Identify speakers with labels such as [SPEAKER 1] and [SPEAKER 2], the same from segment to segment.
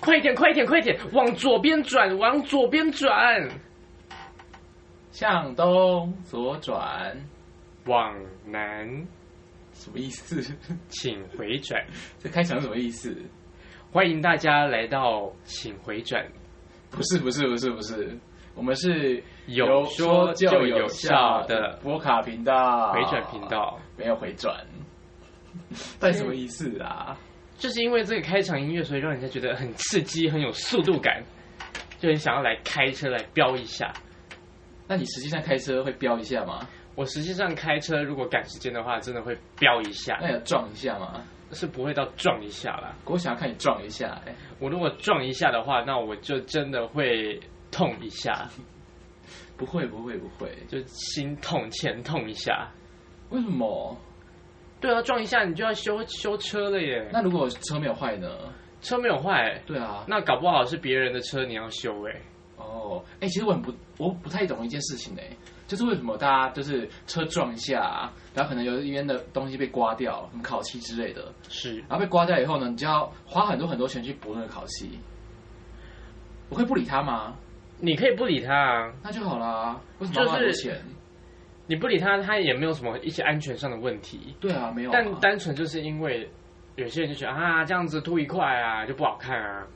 [SPEAKER 1] 快点，快点，快点，往左边转，往左边转，
[SPEAKER 2] 向东左转，
[SPEAKER 1] 往南，
[SPEAKER 2] 什么意思？
[SPEAKER 1] 请回转。
[SPEAKER 2] 这开场是什么意思？
[SPEAKER 1] 欢迎大家来到，请回转，
[SPEAKER 2] 不是不是不是不是，我们是
[SPEAKER 1] 有说就有笑的啊
[SPEAKER 2] 波卡频道，
[SPEAKER 1] 回转频道。
[SPEAKER 2] 没有回转， 但什么意思啊？
[SPEAKER 1] 就是因为这个开场音乐，所以让人家觉得很刺激，很有速度感，就很想要来开车来飙一下。
[SPEAKER 2] 那你实际上开车会飙一下吗？
[SPEAKER 1] 我实际上开车如果赶时间的话，真的会飙一下，
[SPEAKER 2] 那有撞一下吗？
[SPEAKER 1] 是不会到撞一下啦。
[SPEAKER 2] 我想要看你撞一下、哎，
[SPEAKER 1] 我如果撞一下的话，那我就真的会痛一下，
[SPEAKER 2] 不会不会不会，
[SPEAKER 1] 就心痛、前痛一下。
[SPEAKER 2] 为什么？
[SPEAKER 1] 对啊，撞一下你就要修修车了耶。
[SPEAKER 2] 那如果车没有坏呢？
[SPEAKER 1] 车没有坏，
[SPEAKER 2] 对啊，
[SPEAKER 1] 那搞不好是别人的车，你要修哎。
[SPEAKER 2] 哦，哎、其实我很不，我不太懂一件事情哎、就是为什么大家就是车撞一下、啊，然后可能有一边的东西被刮掉，什么烤漆之类的，
[SPEAKER 1] 是，
[SPEAKER 2] 然后被刮掉以后呢，你就要花很多很多钱去补那个烤漆。我可以不理他吗？
[SPEAKER 1] 你可以不理他啊，
[SPEAKER 2] 那就好啦。为什么要花很多钱？
[SPEAKER 1] 你不理他，他也没有什么一些安全上的问题，
[SPEAKER 2] 对啊，没有啊。
[SPEAKER 1] 但单纯就是因为有些人就觉得啊，这样子凸一块啊就不好看啊，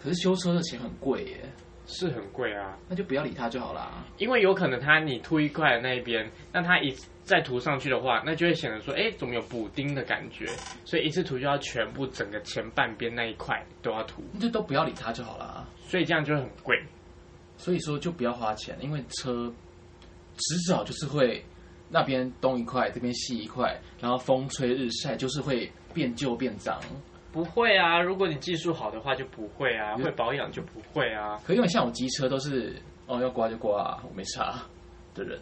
[SPEAKER 2] 可是修车的钱很贵耶，
[SPEAKER 1] 是很贵啊。
[SPEAKER 2] 那就不要理他就好啦。
[SPEAKER 1] 因为有可能它你凸一块的那一边，那它一再涂上去的话，那就会显得说，哎，怎么有补丁的感觉？所以一次涂就要全部整个前半边那一块都要涂，
[SPEAKER 2] 那就都不要理他就好啦。
[SPEAKER 1] 所以这样就会很贵。
[SPEAKER 2] 所以说就不要花钱，因为车迟早就是会那边东一块，这边西一块，然后风吹日晒就是会变旧变脏。
[SPEAKER 1] 不会啊，如果你技术好的话就不会啊，会保养就不会啊。
[SPEAKER 2] 可因为像我机车都是哦要刮就刮、我没差的人，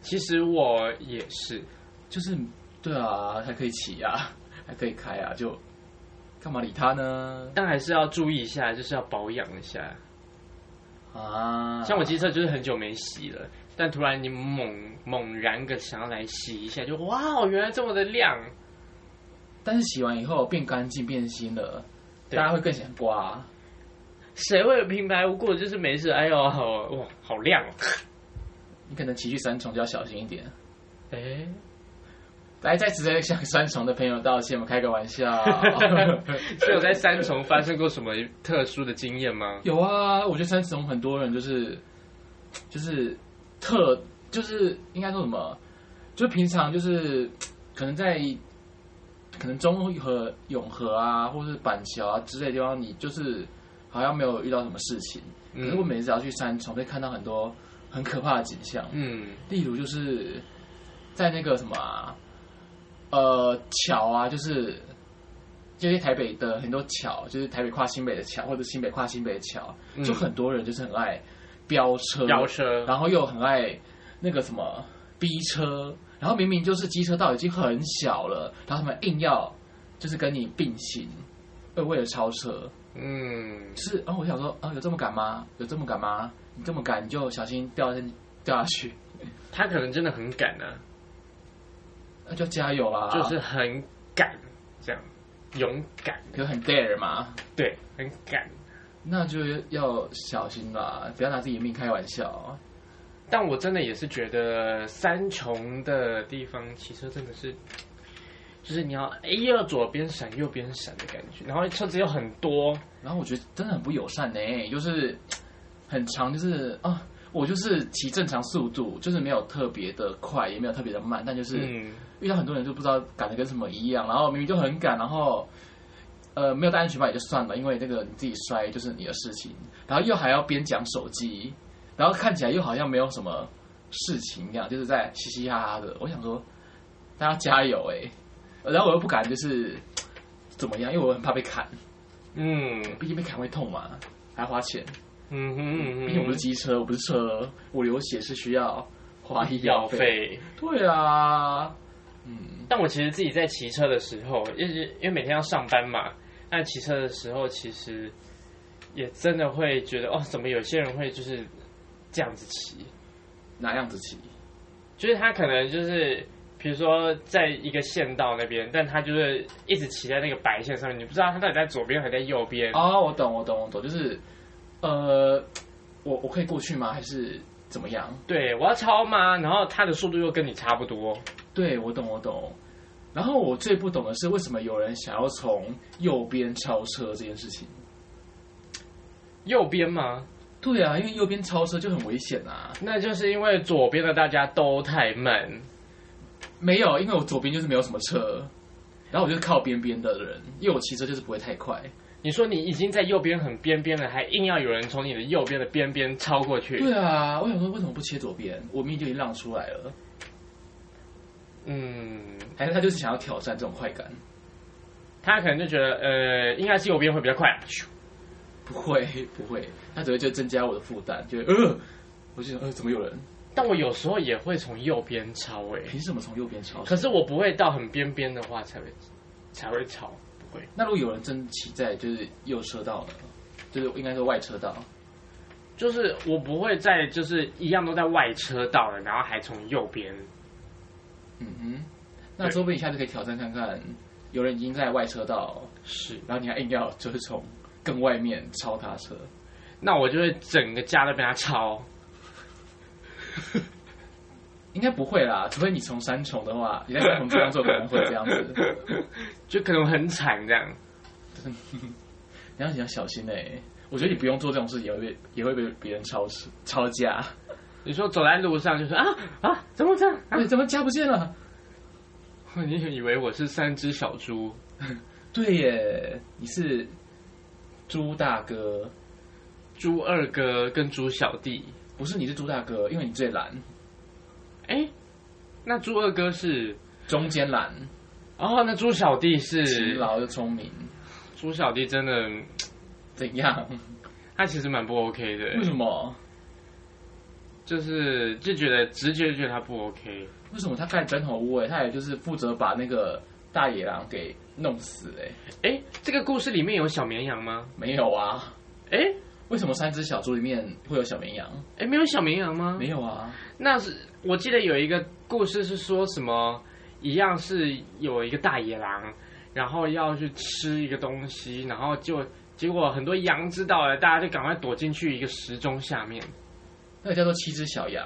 [SPEAKER 1] 其实我也是，
[SPEAKER 2] 就是对啊，还可以骑啊，还可以开啊，就干嘛理他呢？
[SPEAKER 1] 但还是要注意一下，就是要保养一下。
[SPEAKER 2] 啊，
[SPEAKER 1] 像我机车就是很久没洗了，但突然你猛猛然个想要来洗一下，就哇哦，原来这么的亮。
[SPEAKER 2] 但是洗完以后变干净变新了，
[SPEAKER 1] 对
[SPEAKER 2] 大家会更想刮、
[SPEAKER 1] 谁会平白无故就是没事？哎呦，好哇，好亮哦！
[SPEAKER 2] 你可能骑去三重就要小心一点。
[SPEAKER 1] 哎、
[SPEAKER 2] 来，在此再向三重的朋友道歉，我们开个玩笑。
[SPEAKER 1] 所以有在三重发生过什么特殊的经验吗？
[SPEAKER 2] 有啊，我觉得三重很多人就是就是特就是应该说什么，就平常就是可能在可能中和永和啊，或是板桥啊之类的地方，你就是好像没有遇到什么事情。可是我
[SPEAKER 1] 嗯
[SPEAKER 2] 每次要去三重，会看到很多很可怕的景象。
[SPEAKER 1] 嗯，
[SPEAKER 2] 例如就是在那个什么啊、呃桥啊，就是就是台北的很多桥，就是台北跨新北的桥，或者新北跨新北的桥，
[SPEAKER 1] 嗯
[SPEAKER 2] 就很多人就是很爱飙车，
[SPEAKER 1] 飙车，
[SPEAKER 2] 然后又很爱那个什么逼车，然后明明就是机车道已经很小了，然后他们硬要就是跟你并行，为为了超车，
[SPEAKER 1] 嗯，
[SPEAKER 2] 就是然后、我想说，啊、有这么赶吗？有这么赶吗？你这么赶你就小心掉下掉下去。
[SPEAKER 1] 他可能真的很赶啊，
[SPEAKER 2] 那呃就加油啦！
[SPEAKER 1] 就是很敢，这样勇敢，
[SPEAKER 2] 有很 dare 嘛，
[SPEAKER 1] 对，很敢。
[SPEAKER 2] 那就要小心啦，不要拿自己的命开玩笑。
[SPEAKER 1] 但我真的也是觉得三重的地方骑车真的是，就是你要哎要左边闪右边闪的感觉，然后车子又很多，
[SPEAKER 2] 然后我觉得真的很不友善呢、就是很长，就是啊，我就是骑正常速度，就是没有特别的快，也没有特别的慢，但就是
[SPEAKER 1] 嗯，
[SPEAKER 2] 遇到很多人就不知道赶的跟什么一样，然后明明就很赶，然后。呃，没有戴安全帽也就算了，因为那个你自己摔就是你的事情，然后又还要边讲手机，然后看起来又好像没有什么事情一样，就是在嘻嘻哈哈的。我想说，大家加油哎、然后我又不敢就是怎么样，因为我很怕被砍，
[SPEAKER 1] 嗯
[SPEAKER 2] 毕竟被砍会痛嘛，还要花钱。
[SPEAKER 1] 嗯哼嗯
[SPEAKER 2] 毕竟我
[SPEAKER 1] 哼
[SPEAKER 2] 不是，机车，我不是车，我流血是需要花医药
[SPEAKER 1] 要
[SPEAKER 2] 费。
[SPEAKER 1] 费。
[SPEAKER 2] 对啊，嗯，
[SPEAKER 1] 但我其实自己在骑车的时候，因为因为每天要上班嘛，那骑车的时候其实也真的会觉得哦，怎么有些人会就是这样子骑？
[SPEAKER 2] 哪样子骑？
[SPEAKER 1] 就是他可能就是，比比如说在一个县道那边，但他就是一直骑在那个白线上面，你不知道他到底在左边还是在右边。
[SPEAKER 2] 哦，我懂，我懂，我懂，就是呃，我我可以过去吗？还是怎么样？
[SPEAKER 1] 对，我要超吗？然后他的速度又跟你差不多。
[SPEAKER 2] 对，我懂，我懂。然后我最不懂的是，为什么有人想要从右边超车这件事情？
[SPEAKER 1] 右边吗？
[SPEAKER 2] 对啊，因为右边超车就很危险啊。
[SPEAKER 1] 那就是因为左边的大家都太慢。
[SPEAKER 2] 没有，因为我左边就是没有什么车，然后我就是靠边边的人，因为我骑车就是不会太快。
[SPEAKER 1] 你说你已经在右边很边边了，还硬要有人从你的右边的边边超过去？
[SPEAKER 2] 对啊，我想说为什么不切左边？我明明就已经让出来了，
[SPEAKER 1] 嗯，
[SPEAKER 2] 还是他就是想要挑战这种快感？
[SPEAKER 1] 他可能就觉得呃，应该是右边会比较快。咻
[SPEAKER 2] 不会，不会，他只会就增加我的负担，就会呃，我就想呃，怎么有人
[SPEAKER 1] 但我有时候也会从右边超欸诶、
[SPEAKER 2] 凭什么从右边超车？
[SPEAKER 1] 可是我不会到很边边的话才会才会超，不会。
[SPEAKER 2] 那如果有人真骑在就是右车道呢？就是应该是外车道，
[SPEAKER 1] 就是我不会在就是一样都在外车道了，然后还从右边。
[SPEAKER 2] 嗯哼，那说不定下次可以挑战看看，有人已经在外车道，
[SPEAKER 1] 是，
[SPEAKER 2] 然后你还硬要就是从更外面超他车，
[SPEAKER 1] 那我就会整个家都被他超。
[SPEAKER 2] 应该不会啦，除非你从三重的话，你在三重这样做可能会这样子，
[SPEAKER 1] 就可能很惨这样。
[SPEAKER 2] 你要你要小心哎、我觉得你不用做这种事，也会被也会被别人超超价。
[SPEAKER 1] 你说走在路上就说啊啊，怎么这样？啊
[SPEAKER 2] 哎、怎么加不见了？
[SPEAKER 1] 你以为我是三只小猪？
[SPEAKER 2] 对耶，你是猪大哥，
[SPEAKER 1] 猪二哥跟猪小弟？
[SPEAKER 2] 不是你是猪大哥，因为你最懒，
[SPEAKER 1] 哎，那猪二哥是？
[SPEAKER 2] 中间懒，
[SPEAKER 1] 哦，那猪小弟
[SPEAKER 2] 勤
[SPEAKER 1] 是？
[SPEAKER 2] 劳又聪明，
[SPEAKER 1] 猪小弟真的，
[SPEAKER 2] 怎样？
[SPEAKER 1] 他其实蛮不 OK
[SPEAKER 2] 为
[SPEAKER 1] 的，
[SPEAKER 2] 什么？
[SPEAKER 1] 就是就觉得直觉就觉得他不 OK。
[SPEAKER 2] 为什么他盖砖头屋、哎，他也就是负责把那个大野狼给弄死、哎，
[SPEAKER 1] 哎，这个故事里面有小绵羊吗？
[SPEAKER 2] 没有啊？
[SPEAKER 1] 哎
[SPEAKER 2] 为什么三只小猪里面会有小绵羊？
[SPEAKER 1] 哎，没有小绵羊吗？
[SPEAKER 2] 没有啊？
[SPEAKER 1] 那是我记得有一个故事是说什么，一样是有一个大野狼，然后要去吃一个东西，然后就结果很多羊知道了，大家就赶快躲进去一个时钟下面。
[SPEAKER 2] 那个叫做七只小羊。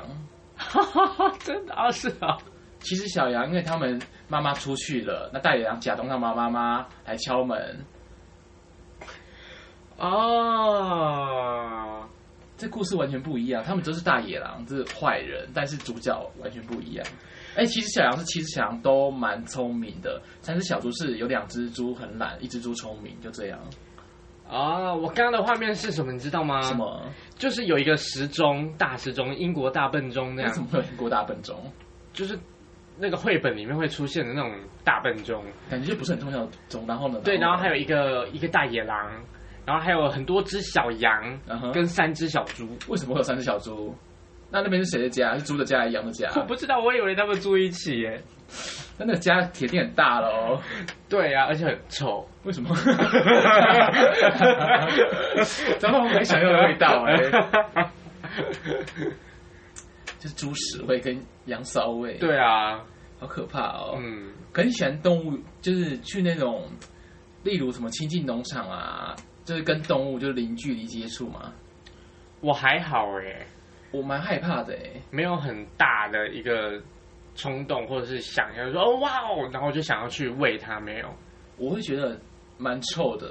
[SPEAKER 1] 哈哈哈，真的啊，是啊，
[SPEAKER 2] 七只小羊，因为他们妈妈出去了，那大野狼假装他妈妈妈来敲门。
[SPEAKER 1] 哦，
[SPEAKER 2] 这故事完全不一样，他们都是大野狼，这是坏人，但是主角完全不一样。哎，七只小羊是七只小羊都蛮聪明的，三只小猪是有两只猪很懒，一只猪聪明，就这样。
[SPEAKER 1] 哦，我刚刚的画面是什么，你知道吗？
[SPEAKER 2] 什？么？
[SPEAKER 1] 就是有一个时钟，大时钟，英国大笨钟那
[SPEAKER 2] 为什
[SPEAKER 1] 样，
[SPEAKER 2] 么会有英国大笨钟？
[SPEAKER 1] 就是那个绘本里面会出现的那种大笨钟。
[SPEAKER 2] 感觉就不是很重要的钟。然后呢？
[SPEAKER 1] 对，然后还
[SPEAKER 2] 有，
[SPEAKER 1] 有一个一个大野狼，然后还有很多只小羊
[SPEAKER 2] 嗯哼
[SPEAKER 1] 跟三只小猪。
[SPEAKER 2] 为什么会有三只小猪？那那边是谁的家？是猪的家还是羊的家？
[SPEAKER 1] 我不知道，我以为他们住一起耶。
[SPEAKER 2] 那那个家铁定很大了哦。
[SPEAKER 1] 对啊，而且很臭。
[SPEAKER 2] 为 什么？咱们没想要的味道哎、就是猪屎味跟羊骚味，，
[SPEAKER 1] 对啊，
[SPEAKER 2] 好可怕哦。
[SPEAKER 1] 嗯，
[SPEAKER 2] 可是喜欢动物，就是去那种，例如什么亲近农场啊，就是跟动物就是零距离接触嘛，
[SPEAKER 1] 我还好哎，
[SPEAKER 2] 我蛮害怕的哎、
[SPEAKER 1] 没有很大的一个冲动或者是想要说哦哇哦，然后我就想要去喂它，没有，
[SPEAKER 2] 我会觉得蛮臭的，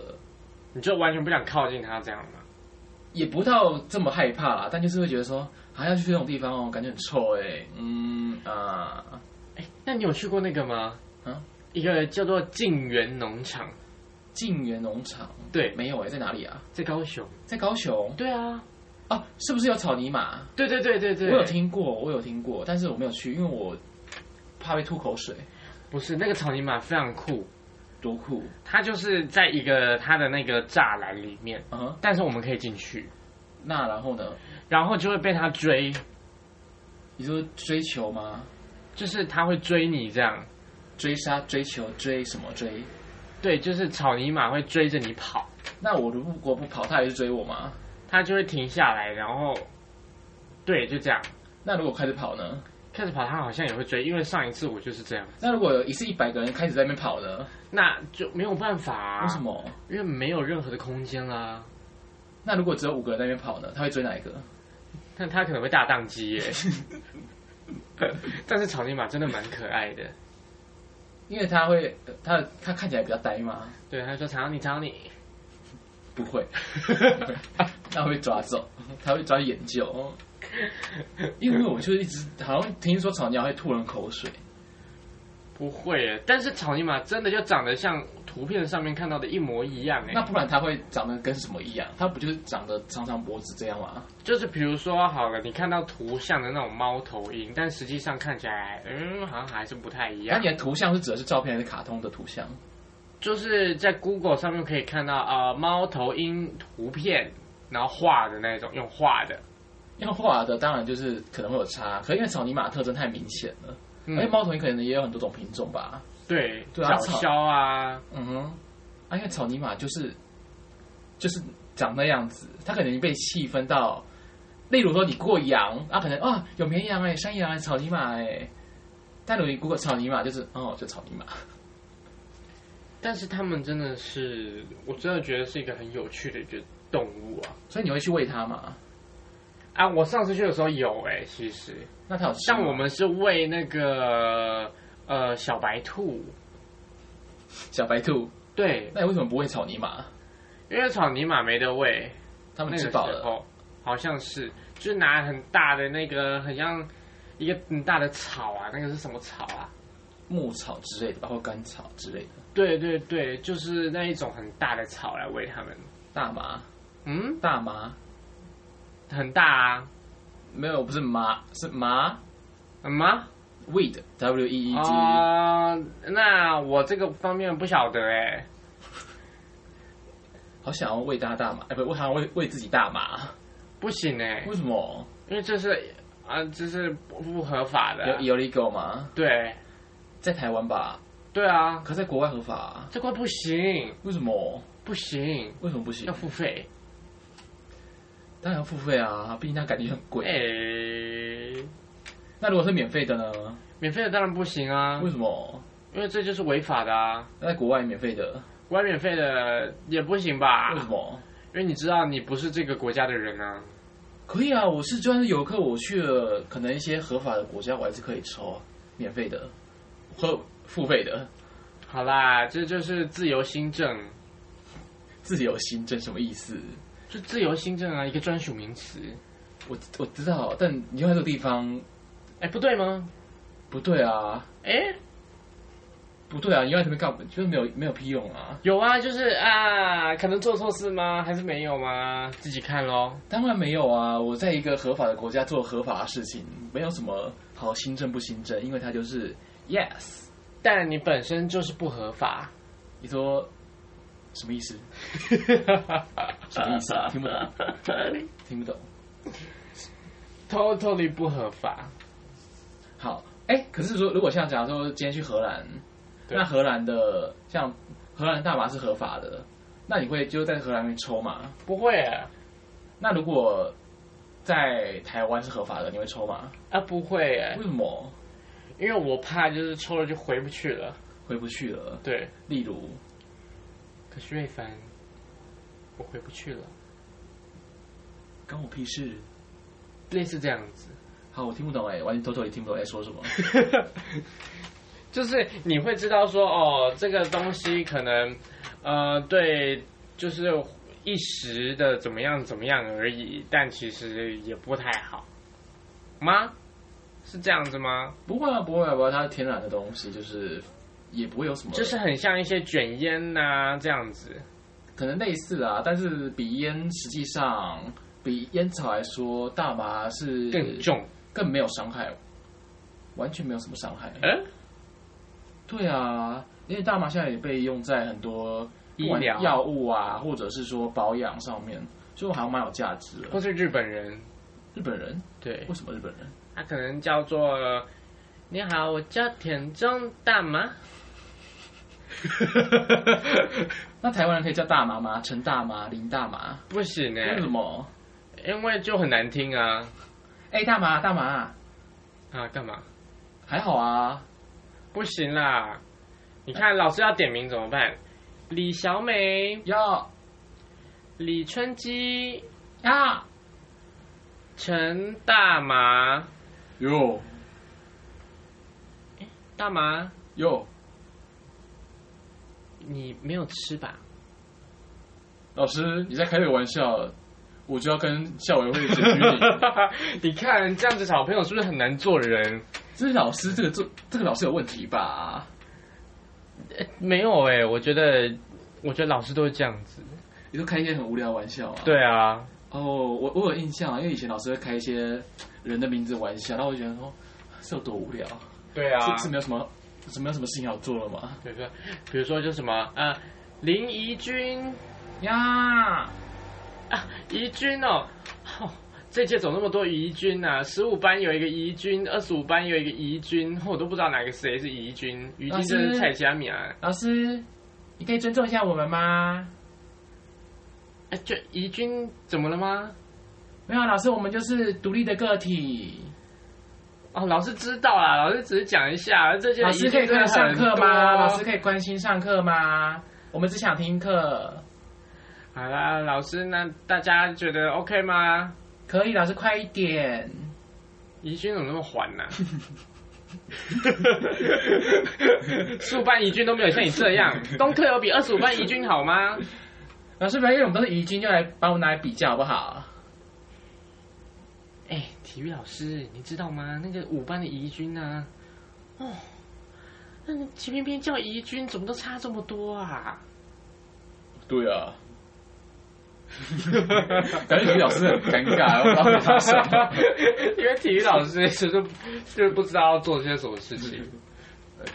[SPEAKER 1] 你就完全不想靠近它这样吗？
[SPEAKER 2] 也不到这么害怕啦，但就是会觉得说，还、啊、要去这种地方哦，感觉很臭哎、嗯啊，
[SPEAKER 1] 哎，那你有去过那个吗？
[SPEAKER 2] 啊，
[SPEAKER 1] 一个叫做静园农场，
[SPEAKER 2] 晋园农场
[SPEAKER 1] 对，
[SPEAKER 2] 没有哎、在哪里啊？
[SPEAKER 1] 在高雄。
[SPEAKER 2] 在高雄
[SPEAKER 1] 对啊，
[SPEAKER 2] 啊？是不是有草泥马？
[SPEAKER 1] 对对对对
[SPEAKER 2] 我
[SPEAKER 1] 对，
[SPEAKER 2] 有听过，我有听过，但是我没有去，因为我怕被吐口水，
[SPEAKER 1] 不是那个草泥马非常酷，
[SPEAKER 2] 多酷
[SPEAKER 1] 它就是在一个它的那个栅栏里面，
[SPEAKER 2] 啊哈！
[SPEAKER 1] 但是我们可以进去，
[SPEAKER 2] 那然后呢？
[SPEAKER 1] 然后就会被它追，
[SPEAKER 2] 你说追求吗？
[SPEAKER 1] 就是它会追你这样，
[SPEAKER 2] 追杀、追求、追什么追？
[SPEAKER 1] 对，就是草泥马会追着你跑，
[SPEAKER 2] 那我如果不跑，他也是追我吗？
[SPEAKER 1] 它就会停下来，然后，对，就这样，
[SPEAKER 2] 那如果开始跑呢？
[SPEAKER 1] 开始跑，他好像也会追，因为上一次我就是这样，
[SPEAKER 2] 那如果有一次一百个人开始在那边跑呢？
[SPEAKER 1] 那就没有办法、啊。
[SPEAKER 2] 为什？么？
[SPEAKER 1] 因为没有任何的空间啊啦、
[SPEAKER 2] 那如果只有五个人在那边跑呢？他会追哪一个？
[SPEAKER 1] 但他可能会大宕机耶。 但是草泥马真的蛮可爱的，
[SPEAKER 2] 因为他会，呃他的他看起来比较呆吗？
[SPEAKER 1] 对，他说草你草 你，
[SPEAKER 2] 不会，他会抓走，他会抓研究。因为我就一直好像听说草鸟会吐人口水，
[SPEAKER 1] 不会耶。但是草泥马真的就长得像图片上面看到的一模一样
[SPEAKER 2] 那
[SPEAKER 1] 哎，
[SPEAKER 2] 不然它会长得跟什么一样？它不就是长得长长脖子这样吗？
[SPEAKER 1] 就是比如说好了，你看到图像的那种猫头鹰，但实际上看起来，嗯，好像还是不太一
[SPEAKER 2] 那
[SPEAKER 1] 样
[SPEAKER 2] 啊你。的图像是指的是照片还是卡通的图像？
[SPEAKER 1] 就是在 Google 上面可以看到啊、呃猫头鹰图片，然后画的那种，用画的。
[SPEAKER 2] 要画的当然就是可能会有差，可因为草泥马的特征太明显了，而且
[SPEAKER 1] 嗯，
[SPEAKER 2] 哎猫头鹰可能也有很多种品种吧。
[SPEAKER 1] 对，
[SPEAKER 2] 对啊
[SPEAKER 1] 角
[SPEAKER 2] 草
[SPEAKER 1] 鸮啊，
[SPEAKER 2] 嗯哼，啊，因为草泥马就是就是长那样子，它可能被细分到，例如说你过羊，啊，可能啊有绵羊哎、山羊哎、草泥马哎、但如果你过草泥马，就是哦，就草泥马。
[SPEAKER 1] 但是它们真的是，我真的觉得是一个很有趣的一个动物啊。
[SPEAKER 2] 所以你会去喂它嘛？
[SPEAKER 1] 啊，我上次去的时候有哎、其实
[SPEAKER 2] 那它有吃
[SPEAKER 1] 像
[SPEAKER 2] 吗
[SPEAKER 1] 我们是喂那个呃小白兔，
[SPEAKER 2] 小白兔，
[SPEAKER 1] 对，
[SPEAKER 2] 那你为什么不喂草泥马？
[SPEAKER 1] 因为草泥马没得喂，
[SPEAKER 2] 它
[SPEAKER 1] 那
[SPEAKER 2] 们
[SPEAKER 1] 个
[SPEAKER 2] 吃
[SPEAKER 1] 时
[SPEAKER 2] 饱了，
[SPEAKER 1] 候好像是，就是拿很大的那个，很像一个很大的草啊，那个是什么草啊？
[SPEAKER 2] 牧草之类的吧，或干草之类的，
[SPEAKER 1] 对对对，就是那一种很大的草来喂它们。
[SPEAKER 2] 大麻
[SPEAKER 1] 嗯，
[SPEAKER 2] 大麻
[SPEAKER 1] 很大啊，
[SPEAKER 2] 没有，不是麻是麻
[SPEAKER 1] 嗯吗？
[SPEAKER 2] weed w e e d，、
[SPEAKER 1] 啊、那我这个方面不晓得哎、
[SPEAKER 2] 好想要喂大家大麻，哎、不，我想要喂喂自己大麻，
[SPEAKER 1] 不行哎、
[SPEAKER 2] 为什么？
[SPEAKER 1] 因为这是啊、这是不不合法的啊、
[SPEAKER 2] 有有 legal 吗？
[SPEAKER 1] 对
[SPEAKER 2] 在台湾吧，
[SPEAKER 1] 对啊，
[SPEAKER 2] 可在国外合法、啊，
[SPEAKER 1] 这块不行，
[SPEAKER 2] 为什么？
[SPEAKER 1] 不行，
[SPEAKER 2] 为什么不行
[SPEAKER 1] 要？付费。
[SPEAKER 2] 当然要付费啊，毕竟它感觉很贵。
[SPEAKER 1] 哎、
[SPEAKER 2] 那如果是免费的呢？
[SPEAKER 1] 免费的当然不行啊
[SPEAKER 2] 为，什么？
[SPEAKER 1] 因为这就是违法的啊。
[SPEAKER 2] 那在国外免费的，
[SPEAKER 1] 国外免费的也不行吧？
[SPEAKER 2] 为什么？
[SPEAKER 1] 因为你知道你不是这个国家的人啊。
[SPEAKER 2] 可以啊，我是就算是游客，我去了可能一些合法的国家，我还是可以抽啊免费的和付费的。
[SPEAKER 1] 好啦，这就是自由新政，
[SPEAKER 2] 自由新政什么意思？
[SPEAKER 1] 就自由新政啊，一个专属名词。
[SPEAKER 2] 我我知道，但你用在这个地方
[SPEAKER 1] 哎、不对吗？
[SPEAKER 2] 不对啊，
[SPEAKER 1] 哎、
[SPEAKER 2] 不对啊，你用在这边干嘛？就是没有没有屁用啊。
[SPEAKER 1] 有啊，就是啊，可能做错事吗？还是没有吗？自己看咯。
[SPEAKER 2] 当然没有啊！我在一个合法的国家做合法的事情，没有什么好新政不新政，因为它就是 yes。
[SPEAKER 1] 但你本身就是不合法。
[SPEAKER 2] 你说什么意思？
[SPEAKER 1] 什
[SPEAKER 2] 什么意思啊听不懂。听不懂。
[SPEAKER 1] Totally 不合法。
[SPEAKER 2] 好，哎、可是说如果像假如说今天去荷兰，
[SPEAKER 1] 对
[SPEAKER 2] 那荷兰的像荷兰的大麻是合法的，那你会就在荷兰那边抽吗？
[SPEAKER 1] 不会啊
[SPEAKER 2] 那如果在台湾是合法的，你会抽吗？
[SPEAKER 1] 啊，不会耶，
[SPEAKER 2] 为什么
[SPEAKER 1] 因为我怕就是抽了就回不去了。
[SPEAKER 2] 回不去了？
[SPEAKER 1] 对，
[SPEAKER 2] 例如，
[SPEAKER 1] 可是瑞凡，我回不去了，
[SPEAKER 2] 关我屁事。
[SPEAKER 1] 类似这样子。
[SPEAKER 2] 好，我听不懂哎、完全偷偷也听不懂在说什么。
[SPEAKER 1] 就是你会知道说，哦，这个东西可能，呃，对，就是一时的怎么样怎么样而已，但其实也不太好，吗？是这样子吗？
[SPEAKER 2] 不会啊，不会啊，不会、啊，它是天然的东西，就是也不会有什么，
[SPEAKER 1] 就是很像一些卷烟呐、这样子。
[SPEAKER 2] 可能类似啊，但是比烟实际上比烟草来说，大麻是
[SPEAKER 1] 更，重。
[SPEAKER 2] 更没有伤害，完全没有什么伤害。
[SPEAKER 1] 嗯，
[SPEAKER 2] 对啊，因为大麻现在也被用在很多
[SPEAKER 1] 医
[SPEAKER 2] 不管
[SPEAKER 1] 疗
[SPEAKER 2] 药物啊，或者是说保养上面，所以我好像蛮有价值的。
[SPEAKER 1] 或是日本人，
[SPEAKER 2] 日本人
[SPEAKER 1] 对
[SPEAKER 2] 为，什么日本人？
[SPEAKER 1] 他可能叫做你好，我叫田中大 麻。
[SPEAKER 2] 那台湾人可以叫大麻吗？陈大麻、林大麻，
[SPEAKER 1] 不行哎、
[SPEAKER 2] 为什么
[SPEAKER 1] 因为就很难听啊。
[SPEAKER 2] 哎、大麻大麻，
[SPEAKER 1] 啊，干嘛？
[SPEAKER 2] 还好啊，
[SPEAKER 1] 不行啦！你看老师要点名怎么办？李小美、
[SPEAKER 2] 要
[SPEAKER 1] 李春姬、
[SPEAKER 2] 要
[SPEAKER 1] 陈大麻、
[SPEAKER 2] 哟
[SPEAKER 1] 大麻，
[SPEAKER 2] 哟，
[SPEAKER 1] 你没有吃吧？
[SPEAKER 2] 老师你在开这个玩笑，我就要跟校委会检举你。
[SPEAKER 1] 你看这样子，小朋友是不是很难做人？
[SPEAKER 2] 这是老师这个做这个老师有问题吧？
[SPEAKER 1] 没有哎、我觉得，我觉得老师都是这样子。
[SPEAKER 2] 你都开一些很无聊的玩笑啊。
[SPEAKER 1] 对啊，
[SPEAKER 2] 哦，我我有印象啊，因为以前老师会开一些人的名字玩笑，然后我就觉得说是有多无聊，
[SPEAKER 1] 对啊
[SPEAKER 2] 是是没有什么是没有什么事情好做了吗？
[SPEAKER 1] 比如说，比如说就什么啊，林怡君
[SPEAKER 2] 呀，
[SPEAKER 1] 啊，怡君哦，哦这届走那么多怡君啊，十五班有一个怡君，二十五班有一个怡君，我都不知道哪个谁是怡君，怡君真
[SPEAKER 2] 老
[SPEAKER 1] 是
[SPEAKER 2] 师
[SPEAKER 1] 蔡佳敏啊，
[SPEAKER 2] 老师，你可以尊重一下我们吗？
[SPEAKER 1] 哎，就怡君怎么了吗？
[SPEAKER 2] 没有，老师，我们就是独立的个体。
[SPEAKER 1] 哦，老师知道啦，老师只是讲一下，这届的
[SPEAKER 2] 老
[SPEAKER 1] 怡君
[SPEAKER 2] 师可以
[SPEAKER 1] 真
[SPEAKER 2] 跟
[SPEAKER 1] 的
[SPEAKER 2] 上课
[SPEAKER 1] 很多
[SPEAKER 2] 吗？老师可以关心上课吗？我们只想听课。
[SPEAKER 1] 好啦，老师，那大家觉得 OK 吗？
[SPEAKER 2] 可以，老师快一点。
[SPEAKER 1] 怡君怎么那么缓 呢、啊？数班怡君都没有像你这样，功课有比二十五班怡君好吗？
[SPEAKER 2] 老师不要因为我们都是疑军，就来把我们拿来比较好不好？
[SPEAKER 1] 哎、体育老师，你知道吗？那个五班的怡君啊，哦，那你秦偏偏叫怡君，怎么都差这么多 啊？
[SPEAKER 2] 对啊，感觉体育老师很尴尬，
[SPEAKER 1] 哦
[SPEAKER 2] 我不知道怎么发 声。
[SPEAKER 1] 啊 因为体育老师就是 就是不知道要做些什么事情。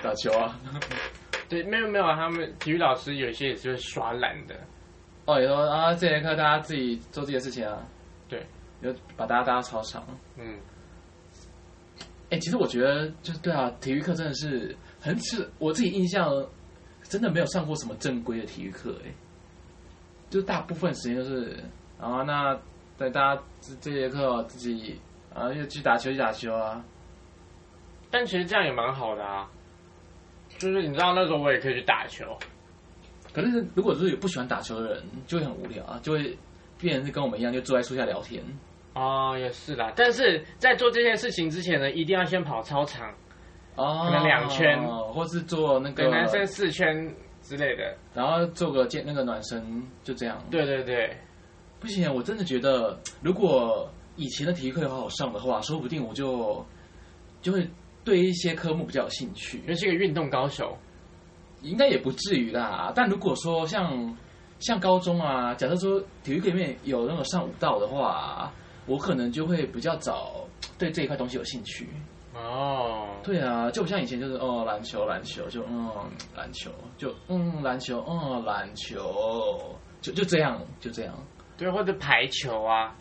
[SPEAKER 2] 打球啊，
[SPEAKER 1] 对，没有没有，他们体育老师有些也是会耍懒的。
[SPEAKER 2] 哦，也说啊，这节课大家自己做自己的事情啊。
[SPEAKER 1] 对，
[SPEAKER 2] 就把大家搭到操场。
[SPEAKER 1] 嗯，
[SPEAKER 2] 哎、其实我觉得，就是对啊，体育课真的是很是我自己印象，真的没有上过什么正规的体育课，哎，就是大部分时间都是啊，那对大家这这节课自己啊，又去打球去打球啊，
[SPEAKER 1] 但其实这样也蛮好的啊。就是你知道那时候我也可以去打球，
[SPEAKER 2] 可是如果是有不喜欢打球的人，就会很无聊啊，就会变成是跟我们一样，就坐在树下聊天。
[SPEAKER 1] 哦，也是啦。但是在做这件事情之前呢，一定要先跑操场，
[SPEAKER 2] 哦，
[SPEAKER 1] 可能两圈
[SPEAKER 2] 或是做那
[SPEAKER 1] 给
[SPEAKER 2] 个，
[SPEAKER 1] 男生四圈之类的。
[SPEAKER 2] 然后做个健那个暖身，就这样。
[SPEAKER 1] 对对对，
[SPEAKER 2] 不行，我真的觉得，如果以前的体育课好好上的话，说不定我就就会对一些科目比较有兴趣
[SPEAKER 1] 因，为是个运动高手。
[SPEAKER 2] 应该也不至于啦。但如果说像像高中啊，假设说体育课里面有那种上舞蹈的话，我可能就会比较早对这一块东西有兴趣。
[SPEAKER 1] 哦，
[SPEAKER 2] 对啊，就不像以前就是哦篮球篮球就嗯篮球就嗯篮球嗯篮球就就这样就这样。
[SPEAKER 1] 对，或者排球啊，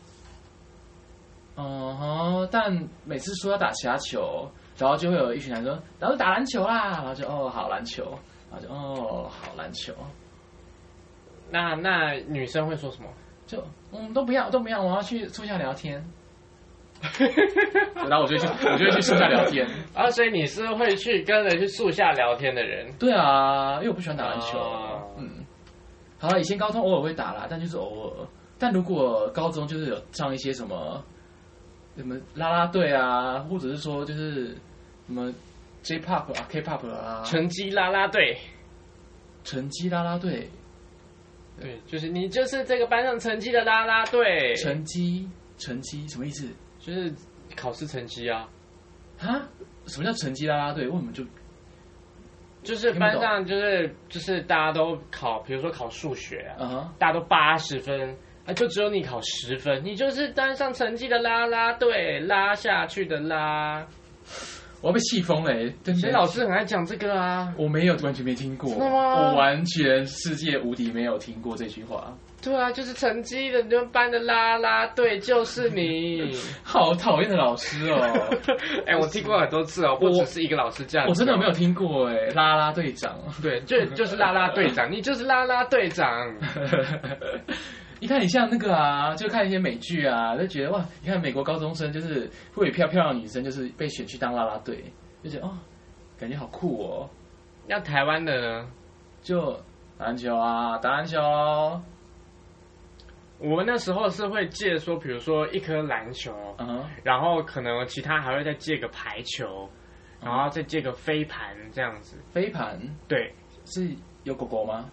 [SPEAKER 2] 嗯哼，但每次说要打其他球，然后就会有一群男生，然后打篮球啦，然后就哦好篮球，然后就哦好篮球，
[SPEAKER 1] 那那女生会说什么？
[SPEAKER 2] 就嗯都不要都不要，我要去树下聊天。 然后我就去，我就会去树下聊天。
[SPEAKER 1] 啊，所以你是会去跟人去树下聊天的人。
[SPEAKER 2] 对啊，因为我不喜欢打篮球。
[SPEAKER 1] 哦
[SPEAKER 2] 嗯，好了，以前高中偶尔会打啦，但就是偶尔。但如果高中就是有上一些什么什么啦啦队啊，或者是说就是什么 J-pop 啊、K-pop 啊，
[SPEAKER 1] 成绩啦啦队，
[SPEAKER 2] 成绩啦啦队，
[SPEAKER 1] 对，就是你就是这个班上成绩的啦啦队，
[SPEAKER 2] 成绩成绩什么意思
[SPEAKER 1] 就是考试成绩啊，
[SPEAKER 2] 啊？什么叫成绩啦啦队？为什么就
[SPEAKER 1] 就是班上就是就是大家都考，比如说考数学啊，
[SPEAKER 2] 啊哈？
[SPEAKER 1] 大家都八十分。啊，就只有你考十分，你就是班上成绩的啦啦队，拉下去的啦。
[SPEAKER 2] 我要被气疯了欸！真
[SPEAKER 1] 其
[SPEAKER 2] 的
[SPEAKER 1] 实老师很爱讲这个啊。
[SPEAKER 2] 我没有完全没听过，
[SPEAKER 1] 真的吗
[SPEAKER 2] 我完全世界无敌没有听过这句话，
[SPEAKER 1] 对啊，就是成绩的你们班的啦啦队就是你。
[SPEAKER 2] 好讨厌的老师哦！
[SPEAKER 1] 哎、我听过很多次哦，不只是一个老师这样。
[SPEAKER 2] 我真的没有。听过哎，啦啦队长，
[SPEAKER 1] 对，就就是啦啦队长，你就是啦啦队长。
[SPEAKER 2] 你看你像那个啊，就看一些美剧啊，就觉得哇，你看美国高中生就是会有漂漂亮的女生，就是被选去当啦啦队，就觉得哦，感觉好酷哦，
[SPEAKER 1] 那台湾的呢？
[SPEAKER 2] 就打篮球啊，打篮球，啊
[SPEAKER 1] 我们那时候是会借说，比如说一颗篮球，
[SPEAKER 2] 嗯哼，
[SPEAKER 1] 然后可能其他还会再借个排球，然后再借个飞盘这样子。
[SPEAKER 2] 嗯飞盘
[SPEAKER 1] 对，
[SPEAKER 2] 是有狗狗吗？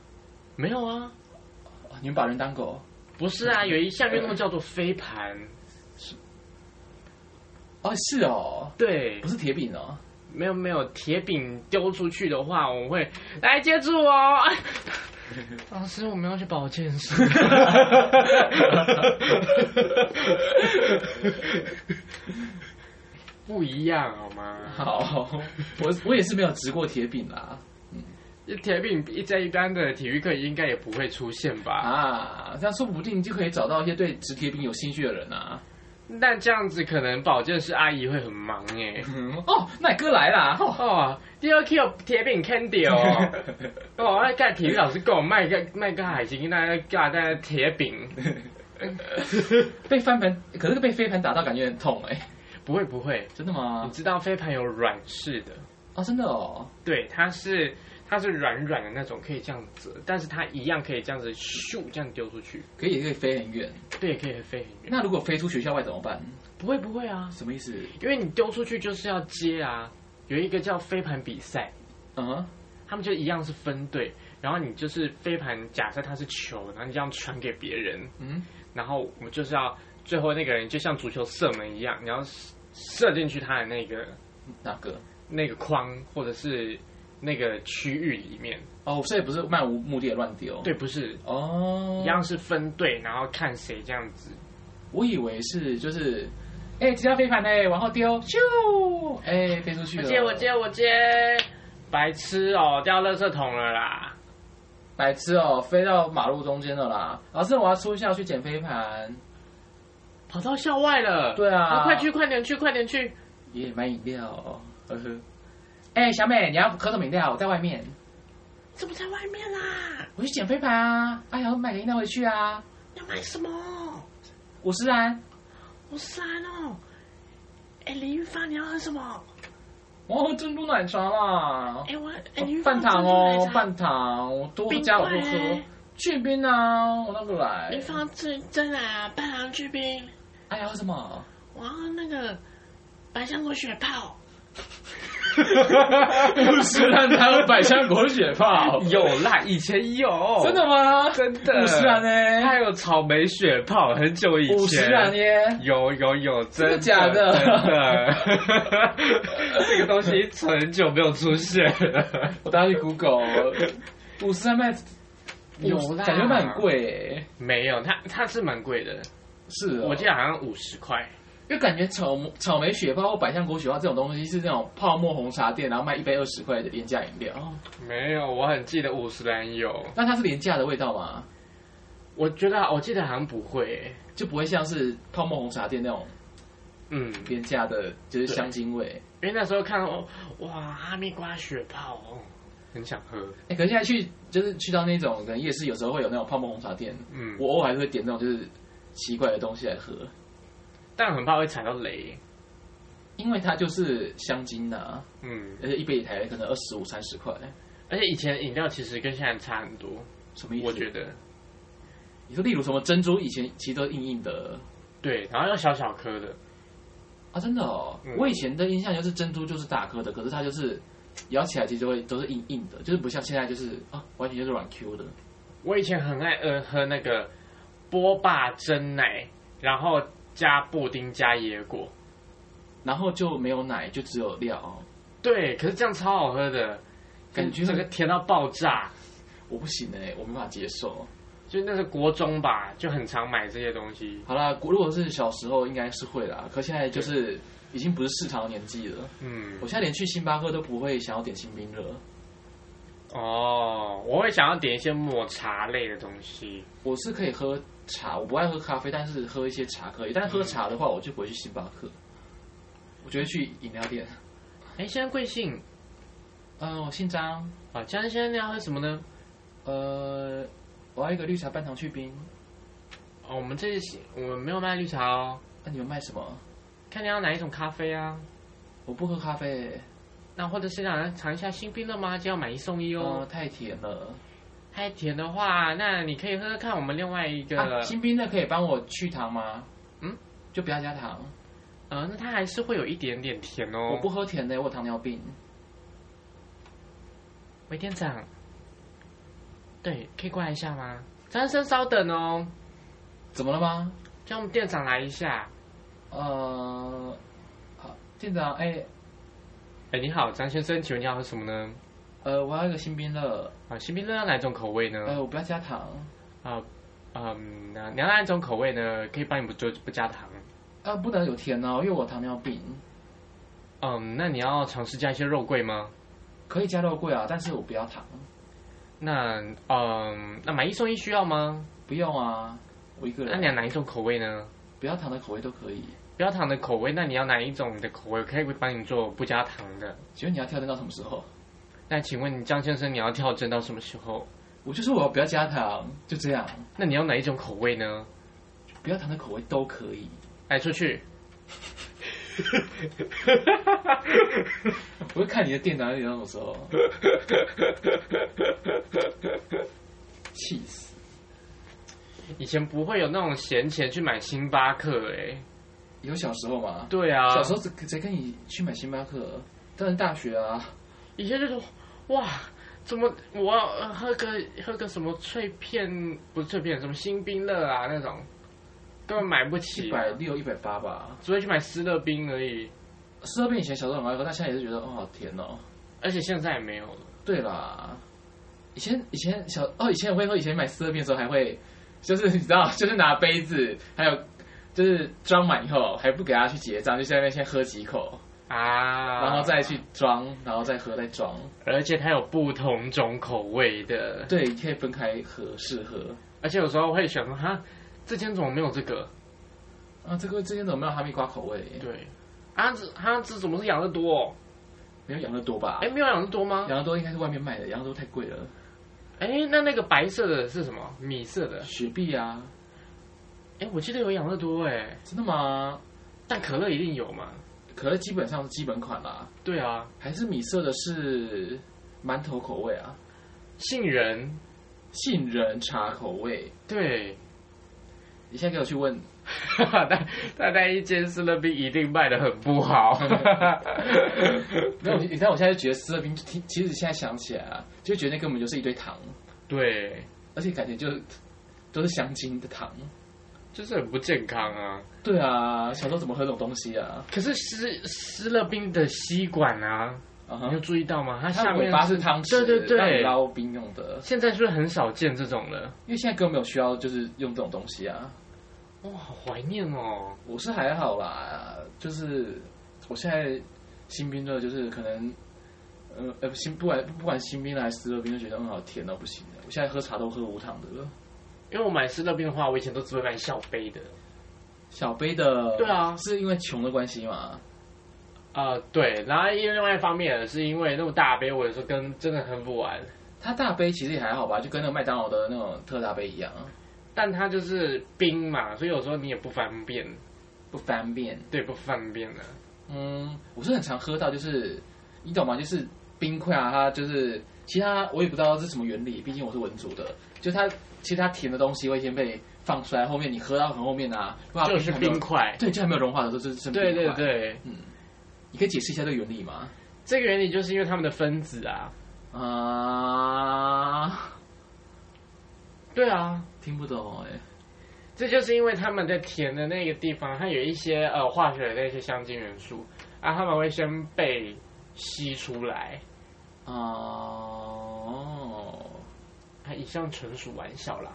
[SPEAKER 1] 没有啊，
[SPEAKER 2] 哦你们把人当狗？
[SPEAKER 1] 不是啊，有一项运动叫做飞盘。
[SPEAKER 2] 哦，是哦，
[SPEAKER 1] 对
[SPEAKER 2] 不，是铁饼哦，
[SPEAKER 1] 没有没有，铁饼丢出去的话，我会来接住哦。 老师，我们要去保健室。 不一样好吗？
[SPEAKER 2] 好，我我也是没有执过铁饼啦，
[SPEAKER 1] 一铁饼一在一般的体育课应该也不会出现吧？
[SPEAKER 2] 啊，这样说不定就可以找到一些对直铁饼有兴趣的人啊。
[SPEAKER 1] 那这样子可能保健室阿姨会很忙哎。
[SPEAKER 2] 嗯哦，那你哥来啦！哦
[SPEAKER 1] 哦，第二 Q 铁饼 Candy 哦，哦，那干体育老师跟我卖个卖个海星，那干那铁饼，
[SPEAKER 2] 被翻盘，可是被飞盘打到感觉很痛哎、
[SPEAKER 1] 不会不会，
[SPEAKER 2] 真的
[SPEAKER 1] 你
[SPEAKER 2] 吗？
[SPEAKER 1] 知道飞盘有软式的，
[SPEAKER 2] 哦，真的哦，
[SPEAKER 1] 对，它是它是软软的那种，可以这样折，但是它一样可以这样子咻这样丢出去，
[SPEAKER 2] 可以也可以飞很远。
[SPEAKER 1] 对，可以飞很远。
[SPEAKER 2] 那如果飞出学校外怎么办？
[SPEAKER 1] 不会不会啊，
[SPEAKER 2] 什么意思？
[SPEAKER 1] 因为你丢出去就是要接啊，有一个叫飞盘比赛，
[SPEAKER 2] 嗯哼，
[SPEAKER 1] 他们就一样是分队，然后你就是飞盘，假设它是球，然后你这样传给别人，
[SPEAKER 2] 嗯，
[SPEAKER 1] 然后我们就是要最后那个人就像足球射门一样，你要射射进去他的那个
[SPEAKER 2] 哪个？
[SPEAKER 1] 那个框或者是那个区域里面。
[SPEAKER 2] 哦，所以不是漫无目的地乱丢。，
[SPEAKER 1] 对，不是
[SPEAKER 2] 哦，
[SPEAKER 1] 一样是分队，然后看谁这样子。
[SPEAKER 2] 我以为是就是，哎、只要飞盘哎、往后丢，咻，哎、飞出去
[SPEAKER 1] 我
[SPEAKER 2] 了。
[SPEAKER 1] 接我接我接，白痴哦，掉垃圾桶了啦！
[SPEAKER 2] 白痴哦，飞到马路中间了啦！老师，我要出校去捡飞盘。
[SPEAKER 1] 跑到校外了。
[SPEAKER 2] 对啊
[SPEAKER 1] 快去快点去快点去！
[SPEAKER 2] 也买饮料、哦，呵呵。哎、小美，你要喝什么饮料？我在外面，
[SPEAKER 1] 怎么在外面啦？
[SPEAKER 2] 我去捡飞盘啊！哎呀，我买个饮料回去啊。
[SPEAKER 1] 要买什么？
[SPEAKER 2] 五十安，
[SPEAKER 1] 我删哦。哎，李玉芳，你要喝什么？
[SPEAKER 2] 我喝珍珠奶茶啦。
[SPEAKER 1] 哎，我哎，
[SPEAKER 2] 哦
[SPEAKER 1] 李玉芳
[SPEAKER 2] 半糖哦，
[SPEAKER 1] 啊
[SPEAKER 2] 半糖，我多
[SPEAKER 1] 冰
[SPEAKER 2] 加我
[SPEAKER 1] 块
[SPEAKER 2] 不喝
[SPEAKER 1] 嘞。
[SPEAKER 2] 去冰啊，我那个来
[SPEAKER 1] 李玉。芳真真奶啊，半糖去冰，
[SPEAKER 2] 哎呀，喝什么？
[SPEAKER 1] 我要那个白香果雪泡。
[SPEAKER 2] 五十安还有百香果雪泡
[SPEAKER 1] 有啦，以前有
[SPEAKER 2] 真的吗？
[SPEAKER 1] 哦真的
[SPEAKER 2] 五十安
[SPEAKER 1] 还
[SPEAKER 2] 呢？
[SPEAKER 1] 有草莓雪泡，很久以前。
[SPEAKER 2] 五十安耶！
[SPEAKER 1] 有有有，真
[SPEAKER 2] 的假的
[SPEAKER 1] 真的， 这个东西很久没有出现了。
[SPEAKER 2] 我当时 Google，五十三卖
[SPEAKER 1] 有啦
[SPEAKER 2] 感觉卖很贵、欸，
[SPEAKER 1] 没有，它它是蛮贵的，
[SPEAKER 2] 是、哦，
[SPEAKER 1] 我记得好像五十块。
[SPEAKER 2] 因为感觉草草莓雪泡或百香果雪泡这种东西是那种泡沫红茶店，然后卖一杯二十块的廉价饮
[SPEAKER 1] 哦
[SPEAKER 2] 料，
[SPEAKER 1] 没有，我很记得五十兰有，
[SPEAKER 2] 但它是廉价的味道嘛，
[SPEAKER 1] 我觉得我记得好像不会欸。
[SPEAKER 2] 就不会像是泡沫红茶店那种
[SPEAKER 1] 嗯，
[SPEAKER 2] 廉价的，就
[SPEAKER 1] 对
[SPEAKER 2] 是香精味。
[SPEAKER 1] 因为那时候看到哇哈密瓜雪泡，哦，很想喝。
[SPEAKER 2] 哎、可是现在去就是去到那种可能夜市，有时候会有那种泡沫红茶店，
[SPEAKER 1] 嗯，
[SPEAKER 2] 我偶尔还是会点那种就是奇怪的东西来喝，
[SPEAKER 1] 但很怕会踩到雷。
[SPEAKER 2] 因为它就是香精呐、啊，
[SPEAKER 1] 嗯，
[SPEAKER 2] 而且一杯也才可能二十五三十块，
[SPEAKER 1] 而且以前的饮料其实跟现在差很多，
[SPEAKER 2] 什么意思？
[SPEAKER 1] 我觉得。
[SPEAKER 2] 你说例如什么珍珠，以前其实都硬硬的
[SPEAKER 1] 对，然后要小小颗的，
[SPEAKER 2] 啊，真的哦。
[SPEAKER 1] 嗯
[SPEAKER 2] 我以前的印象就是珍珠就是大颗的，可是它就是咬起来其实会都是硬硬的，就是不像现在就是啊，完全就是软 Q 的。
[SPEAKER 1] 我以前很爱呃喝那个波霸蒸奶，然后加布丁加椰果。
[SPEAKER 2] 然后就没有奶，就只有料，
[SPEAKER 1] 对，可是这样超好喝的，
[SPEAKER 2] 感觉
[SPEAKER 1] 整个甜到爆炸。
[SPEAKER 2] 我不行哎、我没办法接受。
[SPEAKER 1] 就那是国中吧，就很常买这些东西。
[SPEAKER 2] 好啦，如果是小时候应该是会啦，可现在就是已经不是市场的年纪了。
[SPEAKER 1] 嗯
[SPEAKER 2] 我，现在连去星巴克都不会想要点新冰乐，
[SPEAKER 1] 哦，我会想要点一些抹茶类的东西。
[SPEAKER 2] 我是可以喝茶，我不爱喝咖啡，但是喝一些茶可以。但喝茶的话，我就不会去星巴克，我觉得去饮料店。
[SPEAKER 1] 哎，现在贵姓
[SPEAKER 2] 嗯，我姓张，
[SPEAKER 1] 啊？江先生你要喝什么呢？
[SPEAKER 2] 呃，我要一个绿茶半糖去冰。
[SPEAKER 1] 哦，我们这是我们没有卖绿茶哦，
[SPEAKER 2] 那你们卖什么？
[SPEAKER 1] 看你要哪一种咖啡啊。
[SPEAKER 2] 我不喝咖啡，欸
[SPEAKER 1] 那或者是想尝一下新冰乐吗？就要买一送一
[SPEAKER 2] 哦、
[SPEAKER 1] 哦。
[SPEAKER 2] 太甜了。
[SPEAKER 1] 太甜的话，那你可以喝喝看我们另外一个。
[SPEAKER 2] 啊，新冰的可以帮我去糖吗？
[SPEAKER 1] 嗯，
[SPEAKER 2] 就不要加糖。
[SPEAKER 1] 呃，那它还是会有一点点甜哦。
[SPEAKER 2] 我不，喝甜的，我有糖尿病。
[SPEAKER 1] 韦店长，对，可以过来一下吗？张先生，稍等哦，
[SPEAKER 2] 怎么了吗？
[SPEAKER 1] 叫我们店长来一下。
[SPEAKER 2] 呃，好，店长，哎、
[SPEAKER 1] 哎，你好，张先生，请问你要喝什么呢？
[SPEAKER 2] 呃，我要一个新冰乐，
[SPEAKER 1] 啊，新冰乐要哪种口味呢？
[SPEAKER 2] 呃，我不要加糖。
[SPEAKER 1] 啊，嗯，那你要哪一种口味呢？可以帮你不做不加糖。
[SPEAKER 2] 啊，不能有甜哦，因为我糖尿病。
[SPEAKER 1] 嗯，那你要尝试加一些肉桂吗？
[SPEAKER 2] 可以加肉桂啊，但是我不要糖。
[SPEAKER 1] 那嗯，那买一送一需要吗？
[SPEAKER 2] 不用啊，我一个
[SPEAKER 1] 那
[SPEAKER 2] 人
[SPEAKER 1] 你。要哪一种口味呢？
[SPEAKER 2] 不要糖的口味都可以。
[SPEAKER 1] 不要糖的口味，那你要哪一种的口味？可以帮你做不加糖的。
[SPEAKER 2] 请问你要跳针到什么时候？
[SPEAKER 1] 那请问张先生，你要跳针到什么时候？
[SPEAKER 2] 我就说我要不要加糖，就这样，
[SPEAKER 1] 那你要哪一种口味呢？
[SPEAKER 2] 不要糖的口味都可以。
[SPEAKER 1] 来出去。
[SPEAKER 2] 我会看你的店长在那种时候，气死！
[SPEAKER 1] 以前不会有那种闲钱去买星巴克哎、
[SPEAKER 2] 有小时候嘛，
[SPEAKER 1] 对啊，
[SPEAKER 2] 小时候谁谁跟你去买星巴克？当然大学啊，
[SPEAKER 1] 以前就说哇，怎么我要呃喝个喝个什么脆片，不是脆片，什么新冰乐啊那种，根本买不
[SPEAKER 2] 一
[SPEAKER 1] 起、
[SPEAKER 2] 百六、一百八吧。
[SPEAKER 1] 只会去买斯乐冰而已，
[SPEAKER 2] 十二冰以前小时候很爱喝，但现在也是觉得哦好甜哦。
[SPEAKER 1] 而且现在也没有了。
[SPEAKER 2] 对啦，以前以前小哦，以前我会喝，以前买四合面的时候还会，就是你知道， 就是拿杯子，还有就是装满以后还不给他去结账，就在那边先喝几口，
[SPEAKER 1] 啊，
[SPEAKER 2] 然后再去装，然后再喝再装。
[SPEAKER 1] 而且它有不同种口味的，
[SPEAKER 2] 对，可以分开喝试喝。
[SPEAKER 1] 而且有时候会想说，哈，这间怎么没有这个？
[SPEAKER 2] 啊，这个这间怎么没有哈密瓜口味？
[SPEAKER 1] 对，啊，这它这怎么是养乐多？哦
[SPEAKER 2] 没有养乐多吧
[SPEAKER 1] 哎，？没有养乐多吗？
[SPEAKER 2] 养乐多应该是外面卖的，养乐多太贵了。
[SPEAKER 1] 哎，那那个白色的是什么？米色的？
[SPEAKER 2] 雪碧啊，
[SPEAKER 1] 哎，我记得有养乐多哎，
[SPEAKER 2] 真的吗？
[SPEAKER 1] 但可乐一定有嘛？
[SPEAKER 2] 可乐基本上是基本款啦，
[SPEAKER 1] 对啊，
[SPEAKER 2] 还是米色的是馒头口味啊，
[SPEAKER 1] 杏仁，
[SPEAKER 2] 杏仁茶口味。
[SPEAKER 1] 对，
[SPEAKER 2] 你现在给我去问，
[SPEAKER 1] 哈哈， 但但那一间斯乐冰一定卖的很不好。
[SPEAKER 2] 没有？你你看我现在就觉得斯乐冰，其其实现在想起来啊，就觉得那根本就是一堆糖，
[SPEAKER 1] 对，
[SPEAKER 2] 而且感觉就是都是香精的糖。
[SPEAKER 1] 就是很不健康啊。
[SPEAKER 2] 对啊，小时候怎么喝这种东西啊？
[SPEAKER 1] 可是斯斯乐冰的吸管啊，
[SPEAKER 2] 啊
[SPEAKER 1] 你
[SPEAKER 2] 哈
[SPEAKER 1] 有，注意到吗？它
[SPEAKER 2] 它
[SPEAKER 1] 下
[SPEAKER 2] 的
[SPEAKER 1] 面
[SPEAKER 2] 尾巴是汤匙，
[SPEAKER 1] 对对对
[SPEAKER 2] 让你捞冰用的。
[SPEAKER 1] 现在是不是很少见这种了？
[SPEAKER 2] 因为现在根本没有需要，就是用这种东西啊。
[SPEAKER 1] 哇，好怀念哦！
[SPEAKER 2] 我是还好啦，就是我现在新冰乐就是可能，呃呃，新不管不管新冰乐还是斯乐冰，就觉得嗯好甜到不行了。我现在喝茶都喝无糖的了，
[SPEAKER 1] 因为我买斯乐冰的话，我以前都只会买小杯的。
[SPEAKER 2] 小杯的。
[SPEAKER 1] 对啊
[SPEAKER 2] 是因为穷的关系嘛？
[SPEAKER 1] 啊、对，然后因为另外一方面是因为那么大杯，我有时候跟真的喝不完。
[SPEAKER 2] 它大杯其实也还好吧，就跟那个麦当劳的那种特大杯一样，
[SPEAKER 1] 但它就是冰嘛，所以有时候你也不方便，
[SPEAKER 2] 不方便。
[SPEAKER 1] 对，不方便啊的、
[SPEAKER 2] 嗯，我是很常喝到，就是你懂吗？就是冰块啊，它就是其他我也不知道是什么原理，毕竟我是文组的。就它其实它甜的东西会先被放出来，后面你喝到很后面啊，哇
[SPEAKER 1] 就是冰，块
[SPEAKER 2] 还没有。对，就还没有融化的时候就是真冰
[SPEAKER 1] 对
[SPEAKER 2] 块。
[SPEAKER 1] 对，对，
[SPEAKER 2] 你可以解释一下这个原理吗？
[SPEAKER 1] 这个原理就是因为它们的分子啊。
[SPEAKER 2] 啊、
[SPEAKER 1] 对啊，
[SPEAKER 2] 听不懂哎、
[SPEAKER 1] 这就是因为它们在甜的那个地方，它有一些呃化学的那些香精元素啊，它们会先被吸出来。
[SPEAKER 2] 啊哦、
[SPEAKER 1] 啊，以上纯属玩笑啦，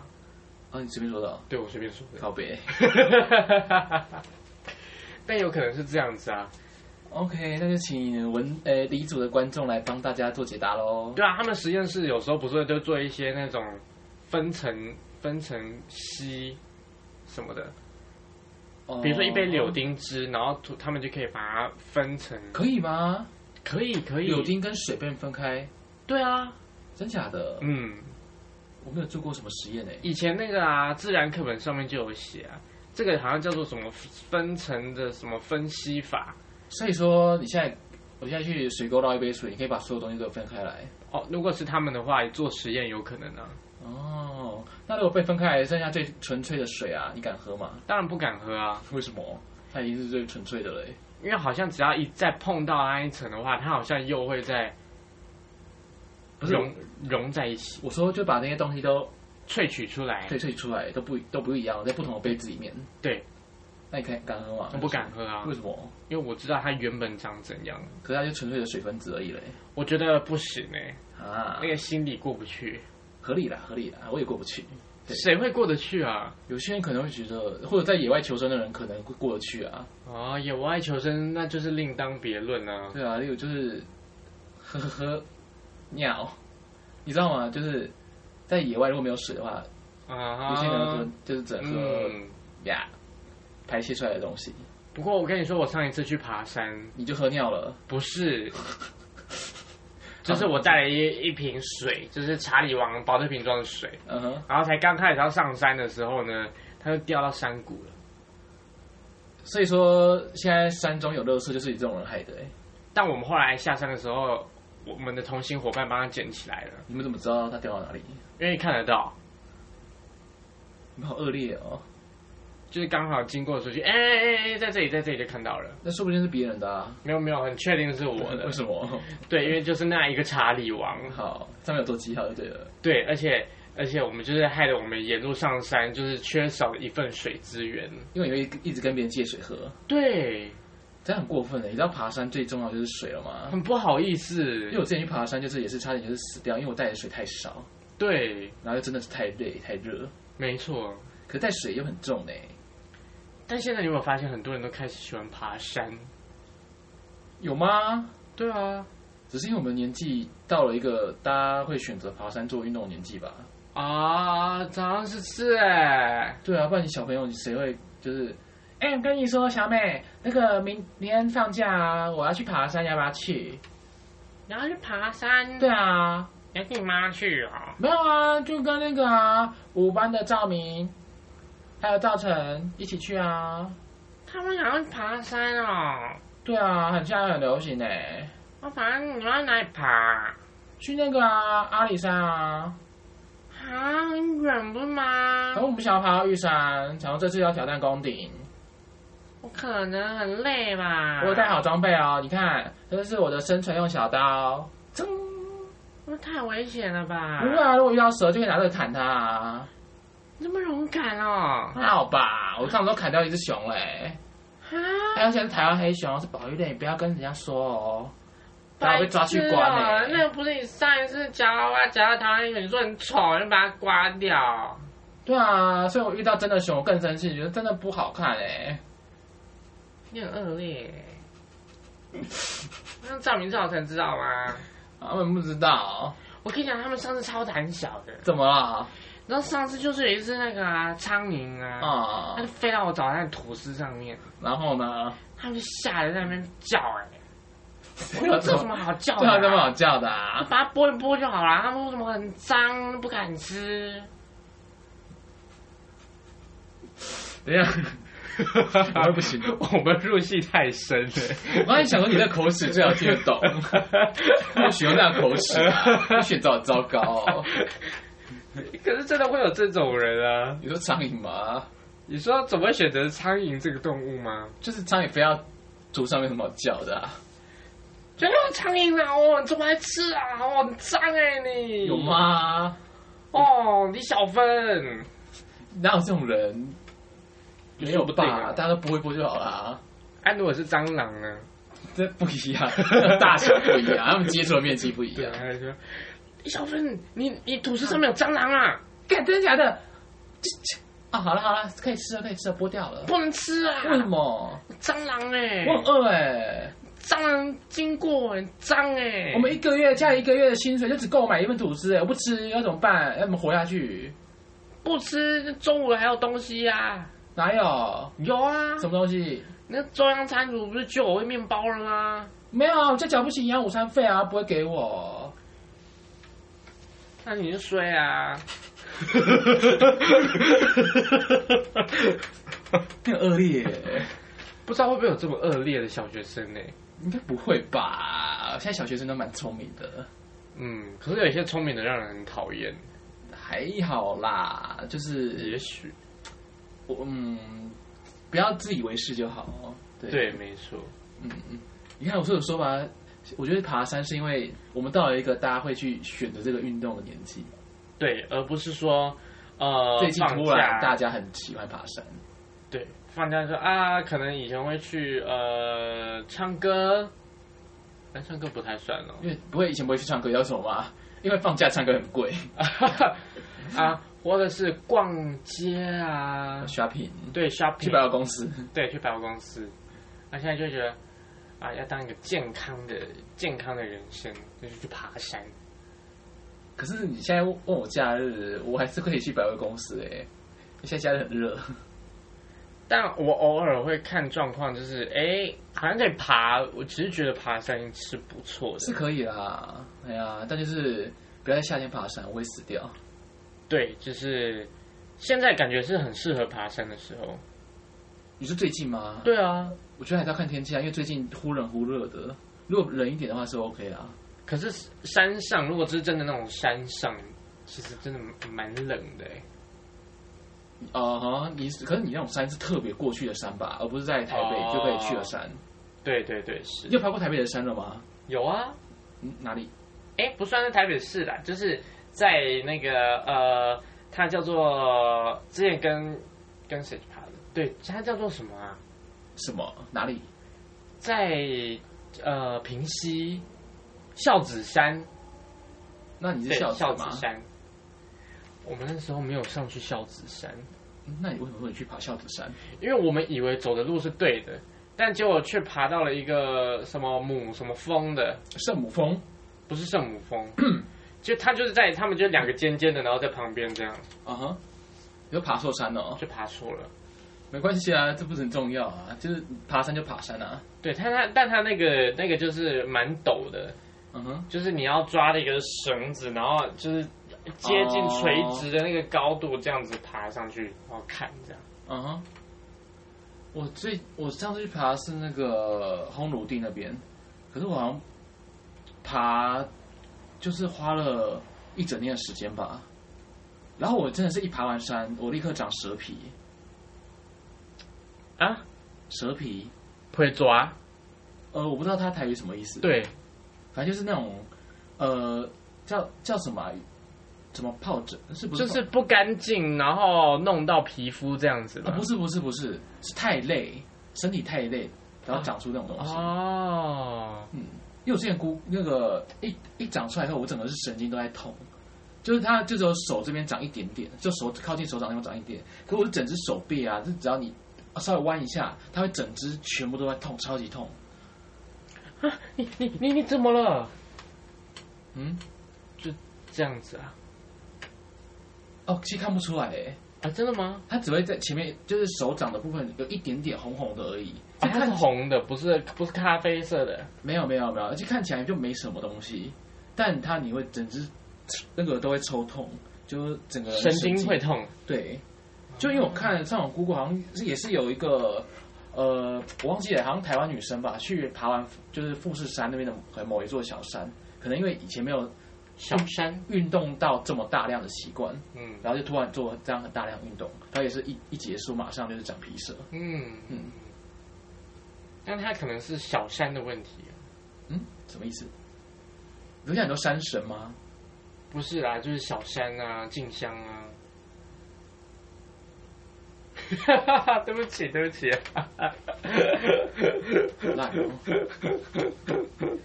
[SPEAKER 2] 哦，你随便说的哦，
[SPEAKER 1] 对我随便说
[SPEAKER 2] 告别。
[SPEAKER 1] 的。 但有可能是这样子啊，
[SPEAKER 2] OK，那就请文呃李组的观众来帮大家做解答喽。
[SPEAKER 1] 对啊，他们实验室有时候不是都做一些那种分层分层析什么的，
[SPEAKER 2] 哦
[SPEAKER 1] 比如说一杯柳，丁汁，然后他们就可以把它分成，
[SPEAKER 2] 可以吗？
[SPEAKER 1] 可以可以，
[SPEAKER 2] 柳丁跟水被分开，
[SPEAKER 1] 对啊，
[SPEAKER 2] 真假的？
[SPEAKER 1] 嗯，
[SPEAKER 2] 我没有做过什么实验欸诶、
[SPEAKER 1] 以前那个啊，自然课本上面就有写啊，这个好像叫做什么分层的什么分析法
[SPEAKER 2] 所以说你现在，我现在去水沟捞一杯水，你可以把所有东西都分开来。
[SPEAKER 1] 哦。如果是他们的话，做实验有可能啊，
[SPEAKER 2] 哦，那如果被分开来，剩下最纯粹的水啊，你敢喝吗？
[SPEAKER 1] 当然不敢喝啊，
[SPEAKER 2] 为什么？它已经是最纯粹的了欸、
[SPEAKER 1] 因为好像只要一再碰到那一层的话，它好像又会再
[SPEAKER 2] 不是
[SPEAKER 1] 融融在一起，
[SPEAKER 2] 我说就把那些东西都
[SPEAKER 1] 萃取出来。
[SPEAKER 2] 萃萃出来，都不都不一样，在不同的杯子里面。
[SPEAKER 1] 对，
[SPEAKER 2] 那你敢敢喝吗？
[SPEAKER 1] 我不敢喝啊
[SPEAKER 2] 为，什么？
[SPEAKER 1] 因为我知道它原本长怎样。
[SPEAKER 2] 可是它就纯粹的水分子而已嘞。
[SPEAKER 1] 我觉得不行哎、
[SPEAKER 2] 啊
[SPEAKER 1] 那，个心里过不去，
[SPEAKER 2] 合理啦，合理啦，我也过不去。对
[SPEAKER 1] 谁会过得去啊？
[SPEAKER 2] 有些人可能会觉得，或者在野外求生的人可能会过得去啊。
[SPEAKER 1] 哦，野外求生那就是另当别论啊。
[SPEAKER 2] 对啊，例如就是呵呵呵尿，你知道吗？就是在野外如果没有水的话，
[SPEAKER 1] 啊哈，
[SPEAKER 2] 有些人可能就是只能喝
[SPEAKER 1] 嗯，
[SPEAKER 2] 呀、排泄出来的东西，
[SPEAKER 1] 不过我跟你说，我上一次去爬山，
[SPEAKER 2] 你就喝尿了。
[SPEAKER 1] 不 是，就是我带了一一瓶水，就是查理王保特瓶装的水，
[SPEAKER 2] 嗯哼，
[SPEAKER 1] 然后才刚开始要上山的时候呢，它就掉到山谷了。
[SPEAKER 2] 所以说现在山中有乐事，就是你这种人害的、欸。
[SPEAKER 1] 但我们后来下山的时候，我们的同行伙伴帮他捡起来了，
[SPEAKER 2] 你们怎么知道它掉到哪里？
[SPEAKER 1] 因为看得到，
[SPEAKER 2] 你们好恶劣哦！
[SPEAKER 1] 就是刚好经过的时候就，哎哎哎，哎在这里，在这里就看到了。
[SPEAKER 2] 那说不定是别人的啊。
[SPEAKER 1] 没有没有，很确定是我的
[SPEAKER 2] 为。什么？
[SPEAKER 1] 对，因为就是那一个查理王，
[SPEAKER 2] 好，上面有做记号就对了。
[SPEAKER 1] 对，而且而且我们就是害得我们沿路上山就是缺少了一份水资源。
[SPEAKER 2] 因为你会一直跟别人借水喝，
[SPEAKER 1] 对，
[SPEAKER 2] 这样很过分的。你知道爬山最重要就是水了吗？
[SPEAKER 1] 很不好意思。
[SPEAKER 2] 因为我之前去爬山，就是也是差点就是死掉，因为我带的水太少，
[SPEAKER 1] 对，
[SPEAKER 2] 然后又真的是太累太热，
[SPEAKER 1] 没错。
[SPEAKER 2] 可是带水又很重嘞。
[SPEAKER 1] 但现在你有没有发现，很多人都开始喜欢爬山？
[SPEAKER 2] 有吗？
[SPEAKER 1] 对啊，
[SPEAKER 2] 只是因为我们年纪到了一个大家会选择爬山做运动的年纪吧。
[SPEAKER 1] 啊，早上是是哎，
[SPEAKER 2] 对啊，不然你小朋友你谁会就是？哎、我跟你说，小美，那个明明天放假啊，我要去爬山，要不要去？
[SPEAKER 1] 然后去爬山，
[SPEAKER 2] 对啊，
[SPEAKER 1] 你要跟你妈去哦。
[SPEAKER 2] 没有啊，就跟那个啊，五班的赵明，还有赵晨一起去啊。
[SPEAKER 1] 他们想要去爬山哦，
[SPEAKER 2] 对啊，很现在很流行诶、欸
[SPEAKER 1] 我反正你要哪里爬啊？
[SPEAKER 2] 去那个啊阿里山啊，
[SPEAKER 1] 啊很远不是吗
[SPEAKER 2] 然？后我们想要爬到玉山，想后这次要挑战攻顶。
[SPEAKER 1] 我可能很累吧。
[SPEAKER 2] 我有带好装备哦，你看，这是我的生存用小刀。噌！
[SPEAKER 1] 那太危险了吧？
[SPEAKER 2] 不会啊，如果遇到蛇就可以拿这个砍它啊。
[SPEAKER 1] 你这么勇敢哦！
[SPEAKER 2] 还好吧，我上次都砍掉一只熊嘞、
[SPEAKER 1] 啊，
[SPEAKER 2] 而且是台湾黑熊，是保育类，不要跟人家说哦，不然会被抓去关欸
[SPEAKER 1] 白痴哦
[SPEAKER 2] 嘞、
[SPEAKER 1] 那不是你上一次夹娃娃夹到台湾一个，你说很丑，你把它刮掉。
[SPEAKER 2] 对啊，所以我遇到真的熊，我更生气，觉得真的不好看欸嘞、
[SPEAKER 1] 你很恶 劣。那赵明赵晨知道吗？
[SPEAKER 2] 啊我也不知道
[SPEAKER 1] 我跟你讲，他们上次超胆小的。
[SPEAKER 2] 怎么了
[SPEAKER 1] 然后上次就是有一只那个啊苍蝇啊，
[SPEAKER 2] 啊
[SPEAKER 1] 它、就飞到我早餐的吐司上面，
[SPEAKER 2] 然后呢？
[SPEAKER 1] 他们就吓得在那边叫 哎、我
[SPEAKER 2] 这
[SPEAKER 1] 说这有什么好叫
[SPEAKER 2] 对
[SPEAKER 1] 的、
[SPEAKER 2] 啊，这么
[SPEAKER 1] 啊？
[SPEAKER 2] 好叫的
[SPEAKER 1] 就
[SPEAKER 2] 啊？
[SPEAKER 1] 把它剥一剥就好了。他们为什么很脏，不敢吃？
[SPEAKER 2] 等一下， 我们不行，
[SPEAKER 1] 我们入戏太深了。
[SPEAKER 2] 我刚才想说你的口齿最好听得懂，我喜欢那样口齿啊，选择好糟糕哦。
[SPEAKER 1] 可是真的会有这种人啊！
[SPEAKER 2] 你说苍蝇吗？
[SPEAKER 1] 你说怎么会选择苍蝇这个动物吗？
[SPEAKER 2] 就是苍蝇飞到竹上面，有什么好叫的、啊？
[SPEAKER 1] 觉得苍蝇啊，哦，你怎么还吃啊？哦，很脏哎、你
[SPEAKER 2] 有？吗？
[SPEAKER 1] 哦，李小芬，
[SPEAKER 2] 哪有这种人？
[SPEAKER 1] 有说不定啊
[SPEAKER 2] 吧？大家都播一播就好啦。
[SPEAKER 1] 安、啊、如果是蟑螂呢？
[SPEAKER 2] 这不一样，大小不一样，他们接触的面积不一
[SPEAKER 1] 对
[SPEAKER 2] 样
[SPEAKER 1] 啊，。他就说李小芬，你你吐司上面有蟑螂啊，
[SPEAKER 2] 干，真的假的？这这啊，好了好了，可以吃了，可以吃了，剥掉了。
[SPEAKER 1] 不能吃啊！
[SPEAKER 2] 为什么？
[SPEAKER 1] 蟑螂哎、
[SPEAKER 2] 我很饿哎、
[SPEAKER 1] 蟑螂经过很脏哎、
[SPEAKER 2] 我们一个月家里一个月的薪水就只够买一份吐司、哎，我不吃要怎么办？要怎么活下去？
[SPEAKER 1] 不吃，中午还有东西啊。
[SPEAKER 2] 哪有
[SPEAKER 1] 有啊，
[SPEAKER 2] 什么东西？
[SPEAKER 1] 那中央餐厨不是就有味面包了吗？
[SPEAKER 2] 没有啊，我就缴不起营养午餐费啊，不会给我。
[SPEAKER 1] 那你就衰啊！
[SPEAKER 2] 很恶劣欸耶，
[SPEAKER 1] 不知道会不会有这么恶劣的小学生呢、
[SPEAKER 2] 应该不会吧？现在小学生都蛮聪明的，
[SPEAKER 1] 嗯，可是有一些聪明的让人很讨厌。
[SPEAKER 2] 还好啦，就是
[SPEAKER 1] 也许
[SPEAKER 2] 我嗯，不要自以为是就好。对，
[SPEAKER 1] 对，没错。
[SPEAKER 2] 嗯嗯，你看我说有说吧，我觉得爬山是因为我们到了一个大家会去选择这个运动的年纪，
[SPEAKER 1] 对，而不是说呃
[SPEAKER 2] 最近
[SPEAKER 1] 放
[SPEAKER 2] 突
[SPEAKER 1] 假
[SPEAKER 2] 然大家很喜欢爬山，
[SPEAKER 1] 对放假说啊，可能以前会去呃唱歌，但唱歌不太算 哦。
[SPEAKER 2] 因为不会以前不会去唱歌，要什么吗？因为放假唱歌很贵
[SPEAKER 1] 啊，或者是逛街啊，
[SPEAKER 2] ，shopping
[SPEAKER 1] 对
[SPEAKER 2] 去百
[SPEAKER 1] ，shopping，
[SPEAKER 2] 货公司，
[SPEAKER 1] 对，去百货公司。那、现在就觉得啊，要当一个健康的健康的人生，就是去爬山。
[SPEAKER 2] 可是你现在问我假日，我还是可以去百货公司哎、现在假日很热，
[SPEAKER 1] 但我偶尔会看状况，就是哎、诶好像在爬。我其实觉得爬山是不错的，
[SPEAKER 2] 是可以啦，哎呀，但就是不要在夏天爬山，我会死掉。
[SPEAKER 1] 对，就是现在感觉是很适合爬山的时候。
[SPEAKER 2] 你说最近吗？
[SPEAKER 1] 对啊，
[SPEAKER 2] 我觉得还是要看天气啊，因为最近忽冷忽热的。如果冷一点的话是 OK 啊，
[SPEAKER 1] 可是山上如果是真的那种山上，其实真的蛮冷的、诶欸
[SPEAKER 2] 哦、哈，你可是你那种山是特别过去的山吧，而不是在台北
[SPEAKER 1] 哦
[SPEAKER 2] 就可以去的山。
[SPEAKER 1] 对对对，
[SPEAKER 2] 你
[SPEAKER 1] 是
[SPEAKER 2] 有爬过台北的山了吗？
[SPEAKER 1] 有啊，
[SPEAKER 2] 嗯，哪里？
[SPEAKER 1] 哎、不算是台北市啦，就是在那个呃，它叫做之前跟跟谁去爬的？对，它叫做什么啊？
[SPEAKER 2] 什么？哪里？
[SPEAKER 1] 在呃平西孝子山，
[SPEAKER 2] 那你是
[SPEAKER 1] 对，
[SPEAKER 2] 孝
[SPEAKER 1] 孝
[SPEAKER 2] 吗
[SPEAKER 1] 子？山。我们那时候没有上去孝子山，
[SPEAKER 2] 嗯那你为什么会去爬孝子山？
[SPEAKER 1] 因为我们以为走的路是对的，但结果却爬到了一个什么母什么峰的，
[SPEAKER 2] 圣母峰？
[SPEAKER 1] 不是圣母 峰，就它就是在他们就两个尖尖的，然后在旁边这样
[SPEAKER 2] 啊哈，你说爬错山哦？
[SPEAKER 1] 就爬错了。
[SPEAKER 2] 没关系啊，这不是很重要啊，就是爬山就爬山啊。
[SPEAKER 1] 对，它它但它那个那个就是蛮陡的，
[SPEAKER 2] 嗯哼，
[SPEAKER 1] 就是你要抓那个绳子，然后就是接近垂直的那个高度，这样子爬上去，然后看这样。
[SPEAKER 2] 嗯哼。我最我上次去爬是那个烘炉地那边，可是我好像爬就是花了一整天的时间吧。然后我真的是一爬完山，我立刻长蛇皮，
[SPEAKER 1] 啊，
[SPEAKER 2] 蛇皮，
[SPEAKER 1] 会抓？
[SPEAKER 2] 呃，我不知道它台语什么意思，，
[SPEAKER 1] 对，
[SPEAKER 2] 反正就是那种，呃，叫叫什么啊、怎么疱疹？是不是
[SPEAKER 1] 就
[SPEAKER 2] 疱
[SPEAKER 1] 是不干净，然后弄到皮肤这样子
[SPEAKER 2] 啊，
[SPEAKER 1] 吧
[SPEAKER 2] 不。是不是不是，是太累，身体太累，然后长出那种东西。
[SPEAKER 1] 哦，
[SPEAKER 2] 嗯，因为我之前估那个一一长出来以后，我整个是神经都在痛，就是它就只有手这边长一点点，就手靠近手掌那边长一点，可我的整只手臂啊，就只要你稍微弯一下，它会整只全部都在痛，超级痛。
[SPEAKER 1] 你你你你怎么了？
[SPEAKER 2] 嗯，
[SPEAKER 1] 这样子啊？
[SPEAKER 2] 哦，其实看不出来诶，
[SPEAKER 1] 啊，真的吗？
[SPEAKER 2] 它只会在前面就是手掌的部分有一点点红红的而已，
[SPEAKER 1] 啊，
[SPEAKER 2] 就
[SPEAKER 1] 它
[SPEAKER 2] 看
[SPEAKER 1] 是红的，不是不是咖啡色的。
[SPEAKER 2] 没有没有没有，而且看起来就没什么东西，但它你会整只那个都会抽痛，就是整个
[SPEAKER 1] 呃神经会痛，
[SPEAKER 2] 对。就因为我看上网 Google 好像是也是有一个呃，我忘记了，好像台湾女生吧，去爬完就是富士山那边的可能某一座小山，可能因为以前没有
[SPEAKER 1] 小山，
[SPEAKER 2] 运动到这么大量的习惯，
[SPEAKER 1] 嗯
[SPEAKER 2] 然后就突然做这样很大量的运动，然后也是一一结束马上就是长皮蛇，
[SPEAKER 1] 嗯
[SPEAKER 2] 嗯
[SPEAKER 1] 嗯，但它可能是小山的问题啊，
[SPEAKER 2] 嗯，什么意思？有讲很多山神吗？
[SPEAKER 1] 不是啦，就是小山啊，静香啊。 哈哈哈，对不起，对不起，
[SPEAKER 2] 烂哦！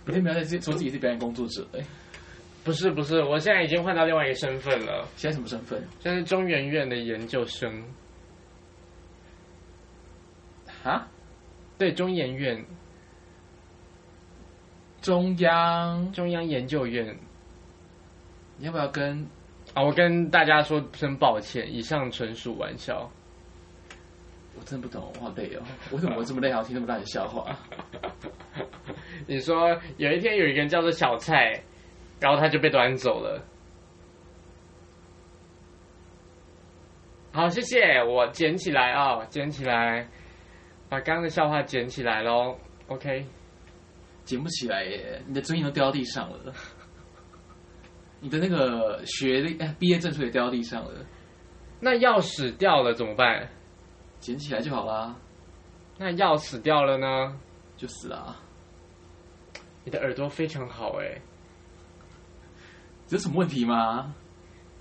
[SPEAKER 2] 你这没有在自己说自己是表演工作者哎、
[SPEAKER 1] 不是不是，我现在已经换到另外一个身份了，
[SPEAKER 2] 现在什么身份？
[SPEAKER 1] 现在是中研院的研究生。
[SPEAKER 2] 啊？
[SPEAKER 1] 对，中研院
[SPEAKER 2] 中央？
[SPEAKER 1] 中央研究院
[SPEAKER 2] 你要不要跟？
[SPEAKER 1] 啊，我跟大家说声抱歉，以上纯属玩笑。
[SPEAKER 2] 我真的不懂，我好累哦！为什么我这么累，还要听那么烂的笑话？
[SPEAKER 1] 你说有一天有一个人叫做小蔡，然后他就被端走了。好，谢谢，我捡起来啊、捡起来，把刚刚的笑话捡起来喽。OK，
[SPEAKER 2] 捡不起来耶，你的尊严都掉到地上了，你的那个学历、哎毕业证书也掉到地上了，
[SPEAKER 1] 那钥匙掉了怎么办？
[SPEAKER 2] 捡起来就好啦，
[SPEAKER 1] 那钥匙掉了呢？
[SPEAKER 2] 就死啦。
[SPEAKER 1] 你的耳朵非常好哎、
[SPEAKER 2] 这有什么问题吗？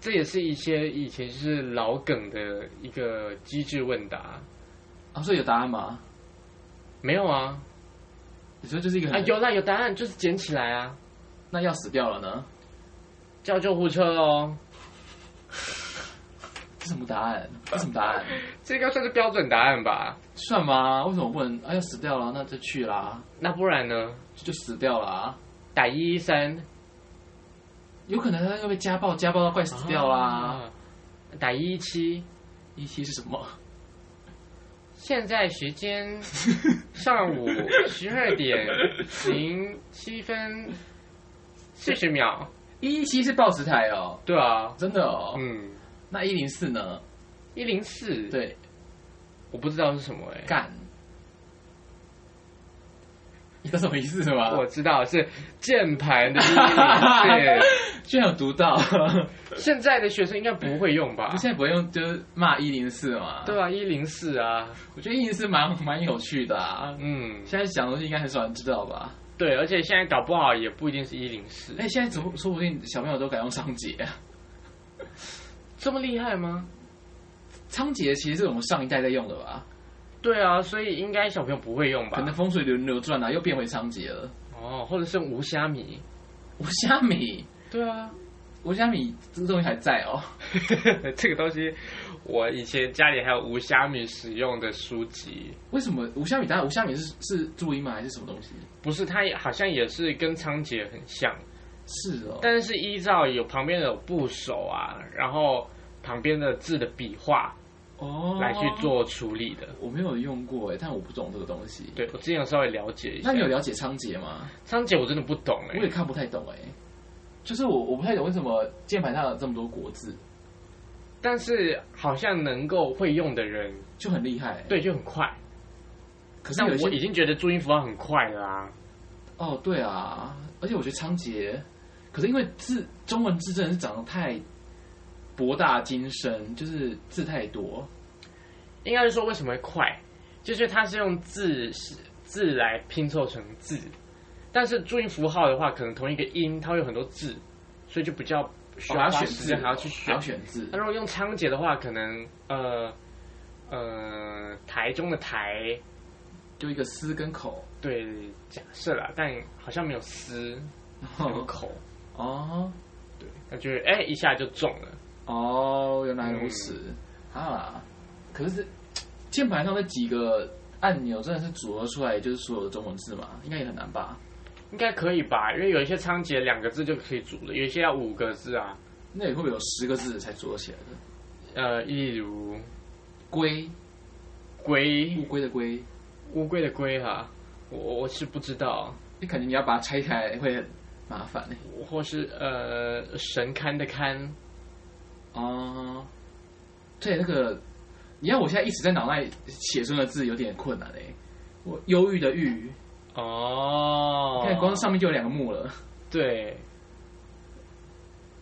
[SPEAKER 1] 这也是一些以前就是老梗的一个机智问答。
[SPEAKER 2] 啊，所以有答案吗？
[SPEAKER 1] 没有啊，
[SPEAKER 2] 你说就是一个
[SPEAKER 1] 啊
[SPEAKER 2] 很、
[SPEAKER 1] 有啦，有答案，就是捡起来啊，
[SPEAKER 2] 那要死掉了呢？
[SPEAKER 1] 叫救护车哦。
[SPEAKER 2] 这什么答案？这什么答案？
[SPEAKER 1] 这应该算是标准答案吧？
[SPEAKER 2] 算吗？为什么不能？啊，要死掉了，那就去啦，
[SPEAKER 1] 那不然呢？
[SPEAKER 2] 就就死掉啦。
[SPEAKER 1] 打一一三
[SPEAKER 2] 有可能他又被家暴，家暴到快死掉啦。
[SPEAKER 1] 啊打一一七。
[SPEAKER 2] 一期是什么？
[SPEAKER 1] 现在时 间上午十二点零七分四十秒。
[SPEAKER 2] 一期是报纸台哦，
[SPEAKER 1] 对啊，
[SPEAKER 2] 真的哦。
[SPEAKER 1] 嗯，
[SPEAKER 2] 那一零四呢？
[SPEAKER 1] 一零四，，
[SPEAKER 2] 对，
[SPEAKER 1] 我不知道是什么哎、
[SPEAKER 2] 干。你知道什么意思吗？
[SPEAKER 1] 我知道是键盘的一 零
[SPEAKER 2] 居然有读 到，
[SPEAKER 1] 四，现在的学生应该不会用吧
[SPEAKER 2] 我？现在不会用，就是骂一零四嘛。
[SPEAKER 1] 对，啊，一零四啊，
[SPEAKER 2] 我觉得一零四蛮蛮有趣的啊。
[SPEAKER 1] 嗯，
[SPEAKER 2] 现在讲的东西应该很少人知道吧？
[SPEAKER 1] 对，而且现在搞不好也不一定是一零四
[SPEAKER 2] 哎、，现在说说不定小朋友都改用仓颉，
[SPEAKER 1] 这么厉害吗？
[SPEAKER 2] 仓颉其实是我们上一代在用的吧？
[SPEAKER 1] 对啊，所以应该小朋友不会用吧
[SPEAKER 2] 可？能风水轮流转啊，又变回仓颉了。
[SPEAKER 1] 哦，或者是无虾米，
[SPEAKER 2] 无虾米，
[SPEAKER 1] 对啊，
[SPEAKER 2] 无虾米这个东西还在哦。
[SPEAKER 1] 这个东西，我以前家里还有无虾米使用的书籍，
[SPEAKER 2] 为什么无虾米？当然无虾米是是注音吗？还是什么东西？
[SPEAKER 1] 不是它也好像也是跟仓颉很像，
[SPEAKER 2] 是哦，
[SPEAKER 1] 但是依照有旁边的有部首啊，然后旁边的字的笔画
[SPEAKER 2] 哦，
[SPEAKER 1] 来去。做处理的。
[SPEAKER 2] 我没有用过哎，但我不懂这个东西。
[SPEAKER 1] 对，我之前有稍微了解一下
[SPEAKER 2] 那你，有了解仓颉吗？
[SPEAKER 1] 仓颉我真的不懂哎、
[SPEAKER 2] 我也看不太懂哎，就是我我不太懂为什么键盘上有这么多国字，
[SPEAKER 1] 但是好像能够会用的人，
[SPEAKER 2] 就很厉害。，欸
[SPEAKER 1] 对，就很快。
[SPEAKER 2] 可是
[SPEAKER 1] 那
[SPEAKER 2] 有一
[SPEAKER 1] 我
[SPEAKER 2] 些
[SPEAKER 1] 已经觉得注音符号很快了啊。
[SPEAKER 2] 哦，对啊，而且我觉得仓颉，可是因为字中文字真的是长得太博大精深，就是字太多，
[SPEAKER 1] 应该是说为什么会快，就是它是用字字来拼凑成字，但是注音符号的话，可能同一个音它会有很多字，所以就比较需要
[SPEAKER 2] 还要
[SPEAKER 1] 花
[SPEAKER 2] 哦选
[SPEAKER 1] 时
[SPEAKER 2] 字，
[SPEAKER 1] 间还要去
[SPEAKER 2] 还
[SPEAKER 1] 选
[SPEAKER 2] 要。选字
[SPEAKER 1] 那。如果用仓颉的话，可能呃呃台中的台，
[SPEAKER 2] 就一个思跟口。
[SPEAKER 1] 对，假设啦，但好像没有丝，有个
[SPEAKER 2] 哦
[SPEAKER 1] 口，
[SPEAKER 2] 哦
[SPEAKER 1] 对，那就是哎、一下就中了。
[SPEAKER 2] 哦，原来如此、啊！可是键盘上的几个按钮真的是组合出来就是所有的中文字嘛？应该也很难吧？
[SPEAKER 1] 应该可以吧，因为有一些仓颉两个字就可以组了，有一些要五个字啊。
[SPEAKER 2] 那也会不会有十个字才组合起来的？
[SPEAKER 1] 呃，例如
[SPEAKER 2] 龟，
[SPEAKER 1] 龟
[SPEAKER 2] 乌龟的龟，
[SPEAKER 1] 乌龟的龟哈、我我我是不知道，
[SPEAKER 2] 你感觉你要把它拆开会很麻烦欸呢、
[SPEAKER 1] 或是呃神龛的龛，
[SPEAKER 2] 哦，对，那个，你要我现在一直在脑袋写出的字有点困难嘞、欸我忧郁的郁，
[SPEAKER 1] 哦，
[SPEAKER 2] 看光上面就有两个木了。
[SPEAKER 1] 对，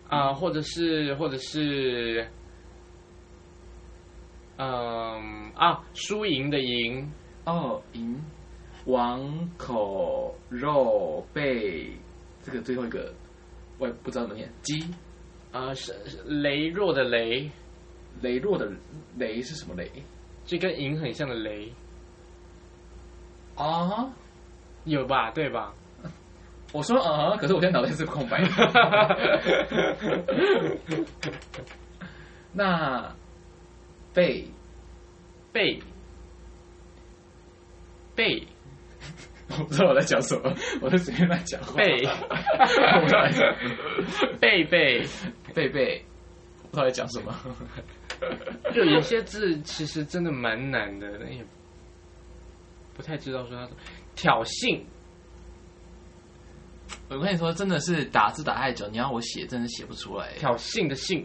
[SPEAKER 1] 啊、或者是或者是，嗯啊，输赢的赢，
[SPEAKER 2] 哦，银，王口肉贝，这个最后一个我也不知道怎么念。鸡，
[SPEAKER 1] 啊是是羸弱的羸，
[SPEAKER 2] 羸弱的羸是什么羸？
[SPEAKER 1] 就跟赢很像的羸，
[SPEAKER 2] 啊，
[SPEAKER 1] 有吧？对吧？
[SPEAKER 2] 我说啊，可是我现在脑袋是空白的。 那贝
[SPEAKER 1] 背背
[SPEAKER 2] 我不知道我在讲什么，我在随便乱讲 话。
[SPEAKER 1] 背
[SPEAKER 2] 我不知道在讲
[SPEAKER 1] 背背。
[SPEAKER 2] 贝贝，我不知道在讲什么。
[SPEAKER 1] 就有些字其实真的蛮难的，那也不太知道说他挑衅，
[SPEAKER 2] 我跟你说，真的是打字打太久，你要我写，真的写不出来。
[SPEAKER 1] 挑衅的衅，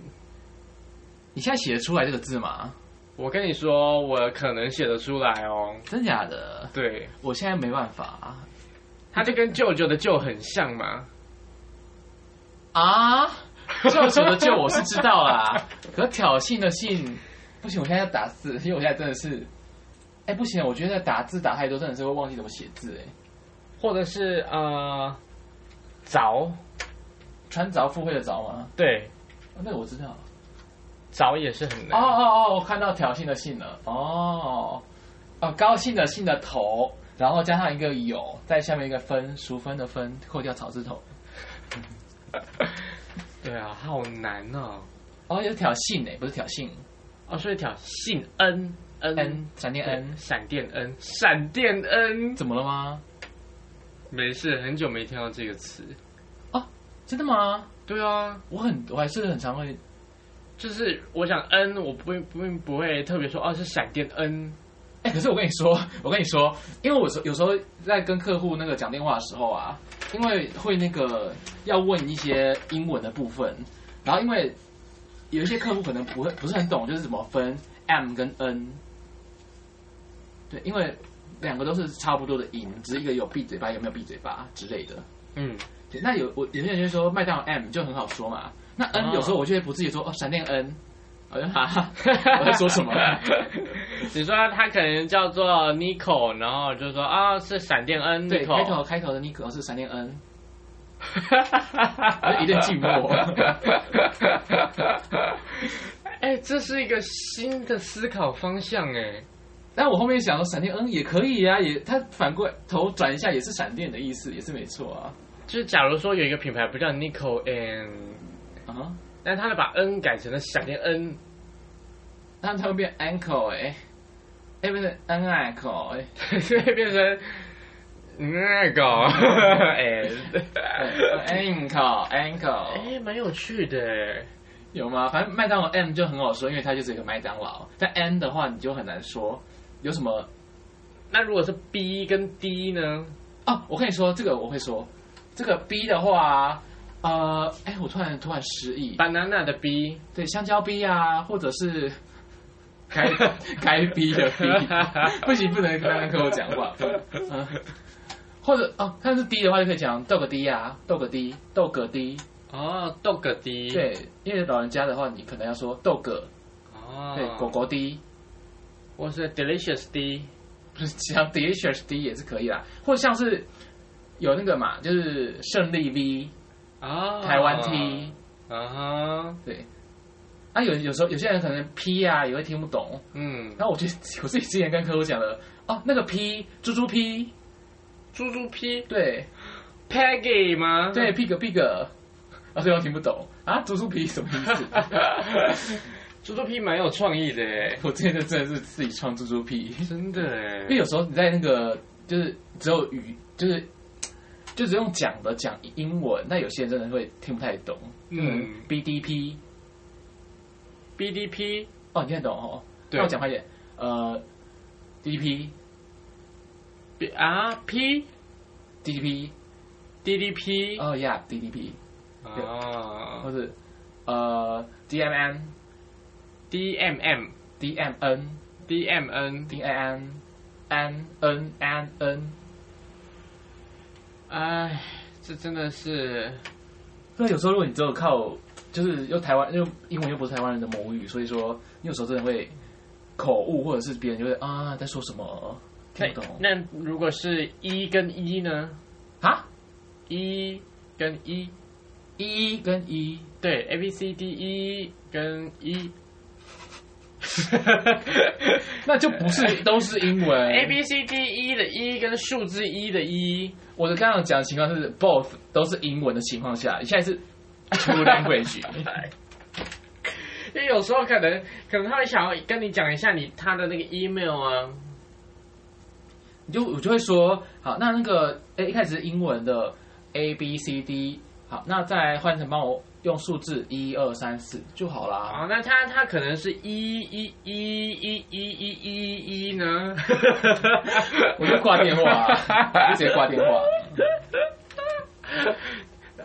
[SPEAKER 2] 你现在写得出来这个字吗？
[SPEAKER 1] 我跟你说，我可能写得出来哦。
[SPEAKER 2] 真假的？
[SPEAKER 1] 对，
[SPEAKER 2] 我现在没办法
[SPEAKER 1] 他就跟舅舅的舅很像 嘛。
[SPEAKER 2] 啊！救主的救我是知道啦，可挑衅的性不行，我现在要打字，因为我现在真的是，哎不行，我觉得打字打太多真的是会忘记怎么写字哎。
[SPEAKER 1] 或者是呃，凿，
[SPEAKER 2] 穿凿附会的凿吗？
[SPEAKER 1] 对，
[SPEAKER 2] 哦那个我知道。
[SPEAKER 1] 凿也是很
[SPEAKER 2] 哦
[SPEAKER 1] 难。
[SPEAKER 2] 哦哦，我看到挑衅的性了。哦，哦，高兴的兴的头，然后加上一个有，在下面一个分，熟分的分，扣掉草字头。
[SPEAKER 1] 对啊，好难哦。
[SPEAKER 2] 哦，有挑衅哎，不是挑衅
[SPEAKER 1] 哦，所以挑信恩恩
[SPEAKER 2] ，n 闪电 n，
[SPEAKER 1] 恩闪电恩闪电恩，
[SPEAKER 2] 怎么了吗？
[SPEAKER 1] 没事，很久没听到这个词。
[SPEAKER 2] 真的吗？
[SPEAKER 1] 对啊，
[SPEAKER 2] 我很我还是很常会
[SPEAKER 1] 就是我想恩，我不会不会不会特别说哦是闪电恩，
[SPEAKER 2] 哎、可是我跟你说， 我跟你说，因为我有时候在跟客户那个讲电话的时候啊，因为会那个要问一些英文的部分，然后因为有一些客户可能不会不是很懂，就是怎么分 M 跟 N。对，因为两个都是差不多的音，只是一个有闭嘴巴，有没有闭嘴巴之类的。
[SPEAKER 1] 嗯，
[SPEAKER 2] 对，那有我有些人就说麦当劳 M 就很好说嘛，那 N 有时候我就会不自觉说哦闪电 N，我就哈哈， 我在 说什么？
[SPEAKER 1] 你说他可能叫做 Nico，然后就说啊、是闪电恩
[SPEAKER 2] 对，开
[SPEAKER 1] Nico，
[SPEAKER 2] 头开头的 Nico 是闪电 N。
[SPEAKER 1] 一
[SPEAKER 2] 一阵寂寞。
[SPEAKER 1] 哎、这是一个新的思考方向哎，
[SPEAKER 2] 但我后面想说，闪电嗯也可以啊，也他反过头转一下也是闪电的意思，也是没错啊。
[SPEAKER 1] 就是假如说有一个品牌不叫 Nico and，
[SPEAKER 2] 啊、哈，
[SPEAKER 1] 但他们把 N 改成了闪电 N，
[SPEAKER 2] 那他会变 ankle 哎、欸，哎、不是 an ankle 哎、
[SPEAKER 1] 所以变成嗯那个
[SPEAKER 2] 哎
[SPEAKER 1] and，
[SPEAKER 2] a n k l e
[SPEAKER 1] 哎、
[SPEAKER 2] ankle
[SPEAKER 1] 蛮有趣的哎。
[SPEAKER 2] 有吗？反正麦当劳 M 就很好说，因为它就是一个麦当劳。但 N 的话你就很难说有什么
[SPEAKER 1] 那如果是 B 跟 D 呢？
[SPEAKER 2] 哦，我跟你说这个我会说，这个 B 的话，呃，哎、我突然突然失忆，
[SPEAKER 1] banana 的 B，
[SPEAKER 2] 对，香蕉 B 啊，或者是开开 B 的 B，不 行，不能刚刚跟我讲话。嗯，或者哦，但是 D 的话就可以讲豆个 D 啊，豆个 D，豆个 D。
[SPEAKER 1] 哦，dog D，，
[SPEAKER 2] 对，因为老人家的话，你可能要说豆个，
[SPEAKER 1] 哦，
[SPEAKER 2] 对，狗狗 D，
[SPEAKER 1] 我是 delicious D，
[SPEAKER 2] 不是讲 delicious D 也是可以啦，或者像是有那个嘛，就是胜利 V，
[SPEAKER 1] 啊、
[SPEAKER 2] 台湾 T，、
[SPEAKER 1] 啊哈，
[SPEAKER 2] 对。啊，有有时候有些人可能 P 啊也会听不懂，
[SPEAKER 1] 嗯，
[SPEAKER 2] 然后我就我自己之前跟客户讲了，哦，那个 P 猪猪 P，
[SPEAKER 1] 猪猪 P
[SPEAKER 2] 对
[SPEAKER 1] Peggy 吗？
[SPEAKER 2] 对，pig pig，啊，对方听不懂啊，猪猪皮什么意思？
[SPEAKER 1] 猪猪 P 蛮有创意的哎，
[SPEAKER 2] 我之前就真的是自己创猪猪皮，
[SPEAKER 1] 真的
[SPEAKER 2] 因
[SPEAKER 1] 哎，
[SPEAKER 2] 为有时候你在那个就是只有语，就是就只用讲的讲英文，那有些人真的会听不太懂。
[SPEAKER 1] 嗯
[SPEAKER 2] ，BDP，
[SPEAKER 1] ，BDP，
[SPEAKER 2] 哦，你听得懂哦？
[SPEAKER 1] 对
[SPEAKER 2] 那我讲快一点，呃，DP
[SPEAKER 1] B 啊 P
[SPEAKER 2] DDP，
[SPEAKER 1] DDP，
[SPEAKER 2] 哦呀 DDP，
[SPEAKER 1] 哦
[SPEAKER 2] 或是呃 DMN
[SPEAKER 1] ，DMM
[SPEAKER 2] DMN
[SPEAKER 1] DMN
[SPEAKER 2] DAN N N N N。
[SPEAKER 1] 哎，这真的是，
[SPEAKER 2] 对，有时候如果你只有靠，就是又台湾又英文又不是台湾人的母语，所以说你有时候真的会口误，或者是别人就会啊在说什么听不懂
[SPEAKER 1] 那那如果是一跟一呢？
[SPEAKER 2] 啊。
[SPEAKER 1] 一跟一，
[SPEAKER 2] 一？E 跟一，
[SPEAKER 1] 对，A B C D 一跟一
[SPEAKER 2] 嗯那就不是都是英文。
[SPEAKER 1] ，A B C D 一的一跟数字一的一，
[SPEAKER 2] 我的刚刚讲的情况是 both 都是英文的情况下，你现在是 two language，
[SPEAKER 1] 因为有时候可能可能他会想要跟你讲一下你他的那个 email 啊，
[SPEAKER 2] 你就我就会说好，那那个诶一开始是英文的 A B C D，好，那再来换成帮我用数字一二三四就好啦。
[SPEAKER 1] 啊，那他他可能是一一一一一一一一 呢，
[SPEAKER 2] 我就挂电话、啊，我就直接挂电话。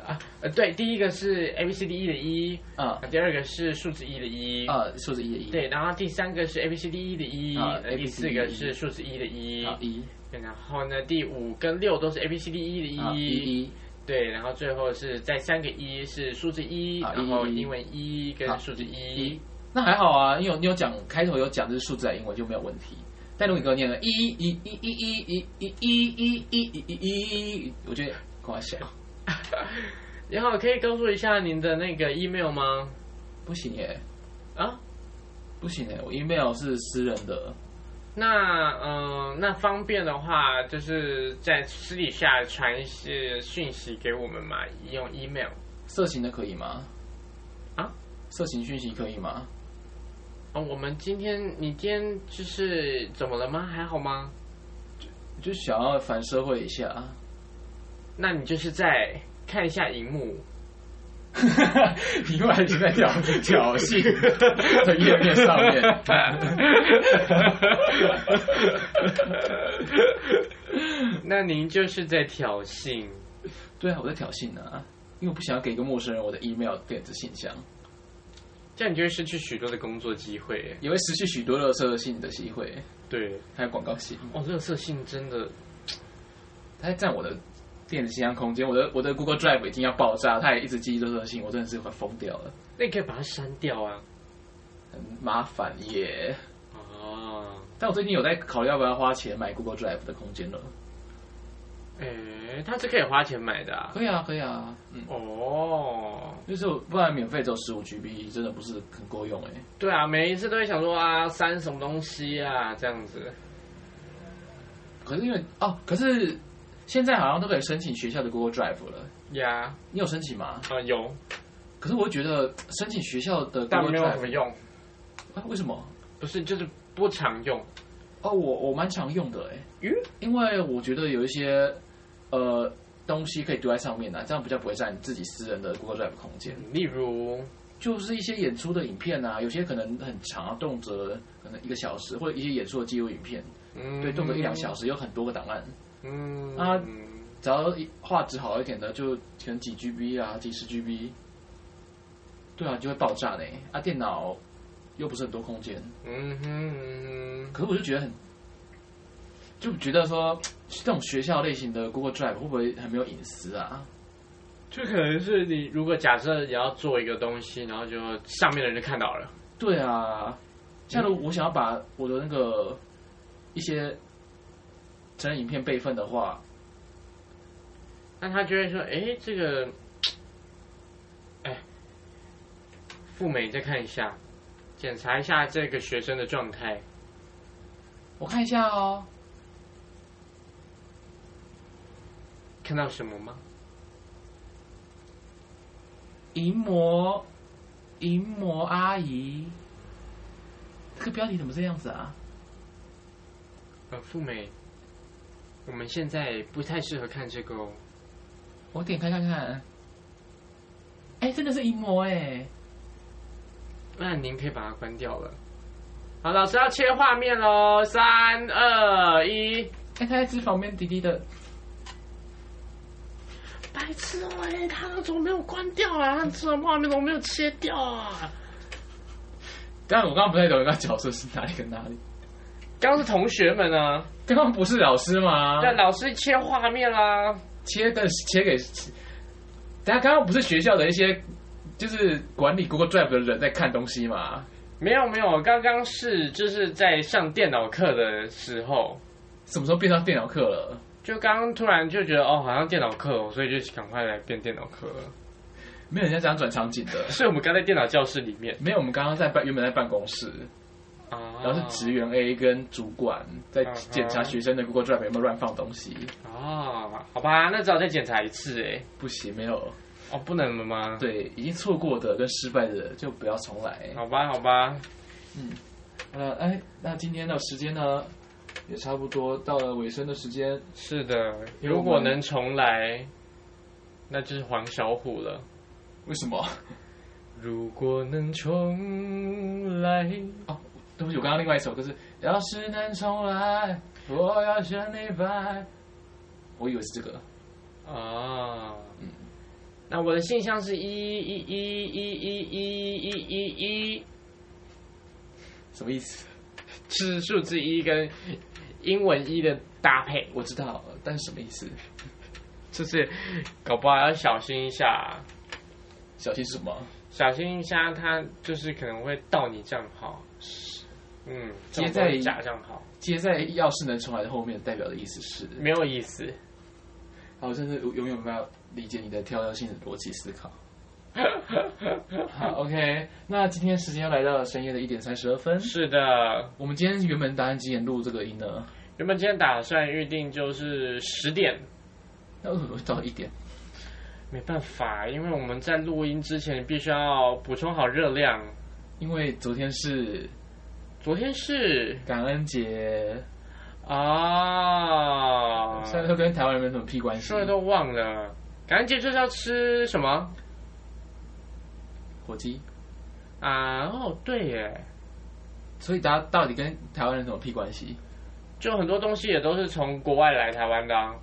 [SPEAKER 1] 啊，呃，对，第一个是 A B C D E 的一、
[SPEAKER 2] 啊
[SPEAKER 1] 第二个是数字一的一、
[SPEAKER 2] 啊，数字一的一，
[SPEAKER 1] 对，然后第三个是 A B C D E 的一、
[SPEAKER 2] 啊
[SPEAKER 1] 呃第四
[SPEAKER 2] ABCDE
[SPEAKER 1] 个是数字一的一、
[SPEAKER 2] 啊一
[SPEAKER 1] 对然后呢，第五跟六都是 A B C D E 的一、
[SPEAKER 2] 啊一一
[SPEAKER 1] 对，然后最后是在三个一是数字一、
[SPEAKER 2] 啊
[SPEAKER 1] 然后
[SPEAKER 2] 一一
[SPEAKER 1] 英文一跟
[SPEAKER 2] 啊
[SPEAKER 1] 数字一
[SPEAKER 2] 一，那还好啊，你有你有讲开头有讲这是数字的英文就没有问题。但如果你给我念了一一一一一一一一一一一一，我觉得搞笑，
[SPEAKER 1] 然后可以告诉一下您的那个 email 吗？
[SPEAKER 2] 不行耶，
[SPEAKER 1] 啊，
[SPEAKER 2] 不行耶，我 email 是私人的，
[SPEAKER 1] 那嗯、呃那方便的话，就是在私底下传一些讯息给我们嘛，用 email。
[SPEAKER 2] 色情的可以吗？
[SPEAKER 1] 啊，
[SPEAKER 2] 色情讯息可以吗？
[SPEAKER 1] 哦，我们今天你今天就是怎么了吗？还好吗？
[SPEAKER 2] 就想要反社会一下，啊
[SPEAKER 1] 那你就是在看一下荧幕。
[SPEAKER 2] 你又还是在挑挑衅 的页面上面。
[SPEAKER 1] 那您就是在挑衅。
[SPEAKER 2] 对啊，我在挑衅啊，因为我不想要给一个陌生人我的 email 电子信箱，
[SPEAKER 1] 这样你就会失去许多的工作机会耶。
[SPEAKER 2] 也会失去许多热色性的机会，
[SPEAKER 1] 对，
[SPEAKER 2] 还有广告性，
[SPEAKER 1] 哦，热色性真的，
[SPEAKER 2] 它占我的电子信箱空间，我的我的 Google Drive 已经要爆炸，它也一直记热色性，我真的是快疯掉了，
[SPEAKER 1] 那你可以把它删掉啊。
[SPEAKER 2] 很麻烦耶。
[SPEAKER 1] 哦，
[SPEAKER 2] 但我最近有在考虑要不要花钱买 Google Drive 的空间了。
[SPEAKER 1] 诶，它是可以花钱买的啊。
[SPEAKER 2] 可以啊，可以啊，嗯，
[SPEAKER 1] 哦，
[SPEAKER 2] 就是我不然免费只有十五 GB，真的不是很够用哎、
[SPEAKER 1] 对啊，每一次都会想说啊，删什么东西啊，这样子。
[SPEAKER 2] 可是因为哦，可是现在好像都可以申请学校的 Google Drive 了，
[SPEAKER 1] 呀，
[SPEAKER 2] 你有申请吗？
[SPEAKER 1] 啊有，
[SPEAKER 2] 可是我觉得申请学校的
[SPEAKER 1] 但
[SPEAKER 2] Google
[SPEAKER 1] 没有什
[SPEAKER 2] Drive
[SPEAKER 1] 么用，
[SPEAKER 2] 啊，为什么？
[SPEAKER 1] 不是就是不常用。
[SPEAKER 2] 哦，我我蛮常用的哎、
[SPEAKER 1] 嗯
[SPEAKER 2] 因为我觉得有一些呃东西可以丢在上面啊，这样比较不会占自己私人的 Google Drive 空间。
[SPEAKER 1] 例如，
[SPEAKER 2] 就是一些演出的影片啊，有些可能很长啊，动辄可能一个小时，或者一些演出的记录影片，
[SPEAKER 1] 嗯，
[SPEAKER 2] 对，动辄一两小时，有很多个档案。
[SPEAKER 1] 嗯
[SPEAKER 2] 啊
[SPEAKER 1] 啊，
[SPEAKER 2] 只要画质好一点的，就可能几 GB 啊，几十 GB，对啊，就会爆炸呢。啊，电脑又不是很多空间，
[SPEAKER 1] 嗯哼嗯哼，
[SPEAKER 2] 可是我就觉得很，就觉得说这种学校类型的 Google Drive 会不会很没有隐私啊？
[SPEAKER 1] 这可能是你如果假设你要做一个东西，然后就上面的人就看到了。
[SPEAKER 2] 对啊，像如果我想要把我的那个一些成人影片备份的话，
[SPEAKER 1] 那他就会说：“哎，这个，哎，赴美再看一下，检查一下这个学生的状态。
[SPEAKER 2] 我看一下哦，
[SPEAKER 1] 看到什么吗？
[SPEAKER 2] 淫魔淫魔阿姨，这个标题怎么这样子啊？
[SPEAKER 1] 呃，赴美，我们现在不太适合看这个哦。
[SPEAKER 2] 我点开看看。哎、真的是一模哎、
[SPEAKER 1] 那您可以把它关掉了。好，老师要切画面喽，三二一，
[SPEAKER 2] 哎、他在吃旁边滴滴的，
[SPEAKER 1] 白痴哦、哎，他那怎么没有关掉啊？他这画面怎么没有切掉啊？
[SPEAKER 2] 当然我刚刚不太懂那角色是哪里跟哪里。
[SPEAKER 1] 刚刚是同学们啊，
[SPEAKER 2] 刚刚不是老师吗？
[SPEAKER 1] 但老师切画面啦、
[SPEAKER 2] 切的切给，等下刚刚不是学校的一些就是管理 Google Drive 的人在看东西吗？
[SPEAKER 1] 没有没有，刚刚是就是在上电脑课的时候，
[SPEAKER 2] 什么时候变到电脑课了？
[SPEAKER 1] 就刚刚突然就觉得哦，好像电脑课哦，所以就赶快来变电脑课了。
[SPEAKER 2] 没有人家这样转场景的。
[SPEAKER 1] 所以我们刚在电脑教室里面
[SPEAKER 2] 没有，我们刚刚在办，原本在办公室，
[SPEAKER 1] 啊
[SPEAKER 2] 然后是职员 A 跟主管在
[SPEAKER 1] 嗯哼
[SPEAKER 2] 检查学生的 Google Drive 有没有乱放东西。
[SPEAKER 1] 啊，好吧，那只好再检查一次哎。
[SPEAKER 2] 不行，没有，
[SPEAKER 1] 哦，不能了吗？
[SPEAKER 2] 对，已经错过的跟失败的就不要重来。
[SPEAKER 1] 好吧，好吧，
[SPEAKER 2] 那哎，那今天的时间呢，也差不多到了尾声的时间。
[SPEAKER 1] 是的，
[SPEAKER 2] 因为
[SPEAKER 1] 如
[SPEAKER 2] 我们
[SPEAKER 1] 果能重来，那就是黄小虎了。
[SPEAKER 2] 为什么？
[SPEAKER 1] 如果能重来，
[SPEAKER 2] 对不起，我刚刚另外一首歌是《要是能重来，我要选李白》，我以为是这个。
[SPEAKER 1] 啊，
[SPEAKER 2] 嗯
[SPEAKER 1] 那我的信箱是一一一一一一一一一，
[SPEAKER 2] 什么意思？
[SPEAKER 1] 是数字一跟英文一的搭配，
[SPEAKER 2] 我知道，但是什么意思？
[SPEAKER 1] 就是搞不好要小心一下，
[SPEAKER 2] 小心什么？
[SPEAKER 1] 小心一下，它就是可能会盗你账号，嗯，
[SPEAKER 2] 接在
[SPEAKER 1] 中国假账号
[SPEAKER 2] 接在要是能重来的后面，代表的意思是，
[SPEAKER 1] 没有意思。
[SPEAKER 2] 啊我真是永远没有理解你的跳跃性逻辑思 考。好，OK，那今天时间又来到了深夜的一点三十二分。
[SPEAKER 1] 是的，
[SPEAKER 2] 我们今天原本打算几点录这个音呢？
[SPEAKER 1] 原本今天打算预定就是十点，
[SPEAKER 2] 那为什么会到一点？
[SPEAKER 1] 没办法，因为我们在录音之前必须要补充好热量。
[SPEAKER 2] 因为昨天是
[SPEAKER 1] 昨天是
[SPEAKER 2] 感恩节，
[SPEAKER 1] 啊，
[SPEAKER 2] 虽然说跟台湾人没什么屁关系
[SPEAKER 1] 说，了都忘了，感恩节就是要吃什么
[SPEAKER 2] 火鸡，
[SPEAKER 1] 啊？哦，对耶，
[SPEAKER 2] 所以大家到底跟台湾人什么屁关系？
[SPEAKER 1] 就很多东西也都是从国外来台湾的、啊，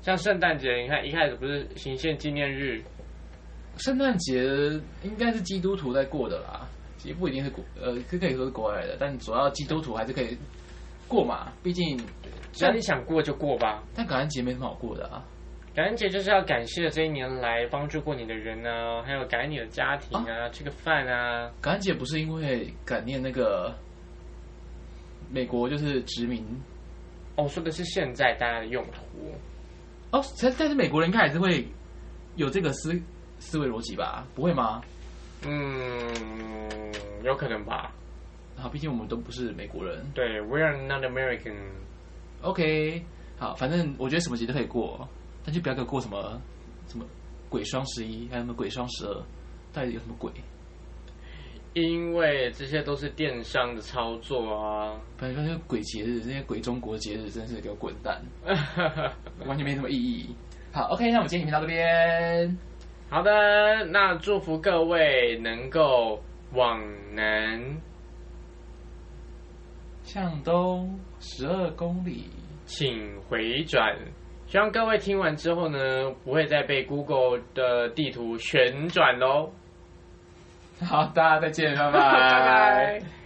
[SPEAKER 1] 像圣诞节，你看一开始不是行宪纪念日，
[SPEAKER 2] 圣诞节应该是基督徒在过的啦，也不一定是国呃，可可以说是国外来的，但主要基督徒还是可以过嘛，毕竟
[SPEAKER 1] 只要你想过就过吧。
[SPEAKER 2] 但感恩节没什么好过的啊。
[SPEAKER 1] 感恩节就是要感谢这一年来帮助过你的人啊，还有感恩你的家庭啊，吃个饭啊，
[SPEAKER 2] 感恩节不是因为感念那个美国就是殖民
[SPEAKER 1] 哦，我说的是现在大家的用途。
[SPEAKER 2] 哦，但但是美国人应该还是会有这个思思维逻辑吧？不会吗？
[SPEAKER 1] 嗯，有可能吧。
[SPEAKER 2] 好，毕竟我们都不是美国人。
[SPEAKER 1] 对，We are not American。
[SPEAKER 2] OK，好，反正我觉得什么节都可以过，但就不要给我过什么什么鬼双十一，还有什么鬼双十二，到底有什么鬼？
[SPEAKER 1] 因为这些都是电商的操作啊。
[SPEAKER 2] 反正就是鬼节日，这些鬼中国节日真是给我滚蛋，完全没什么意义。好，OK，那我们今天影片到这边，
[SPEAKER 1] 好的，那祝福各位能够往南
[SPEAKER 2] 向东十二公里，
[SPEAKER 1] 请回转。希望各位听完之后呢，不会再被 Google 的地图旋转喽。
[SPEAKER 2] 好，大家再见，拜拜。
[SPEAKER 1] 拜拜。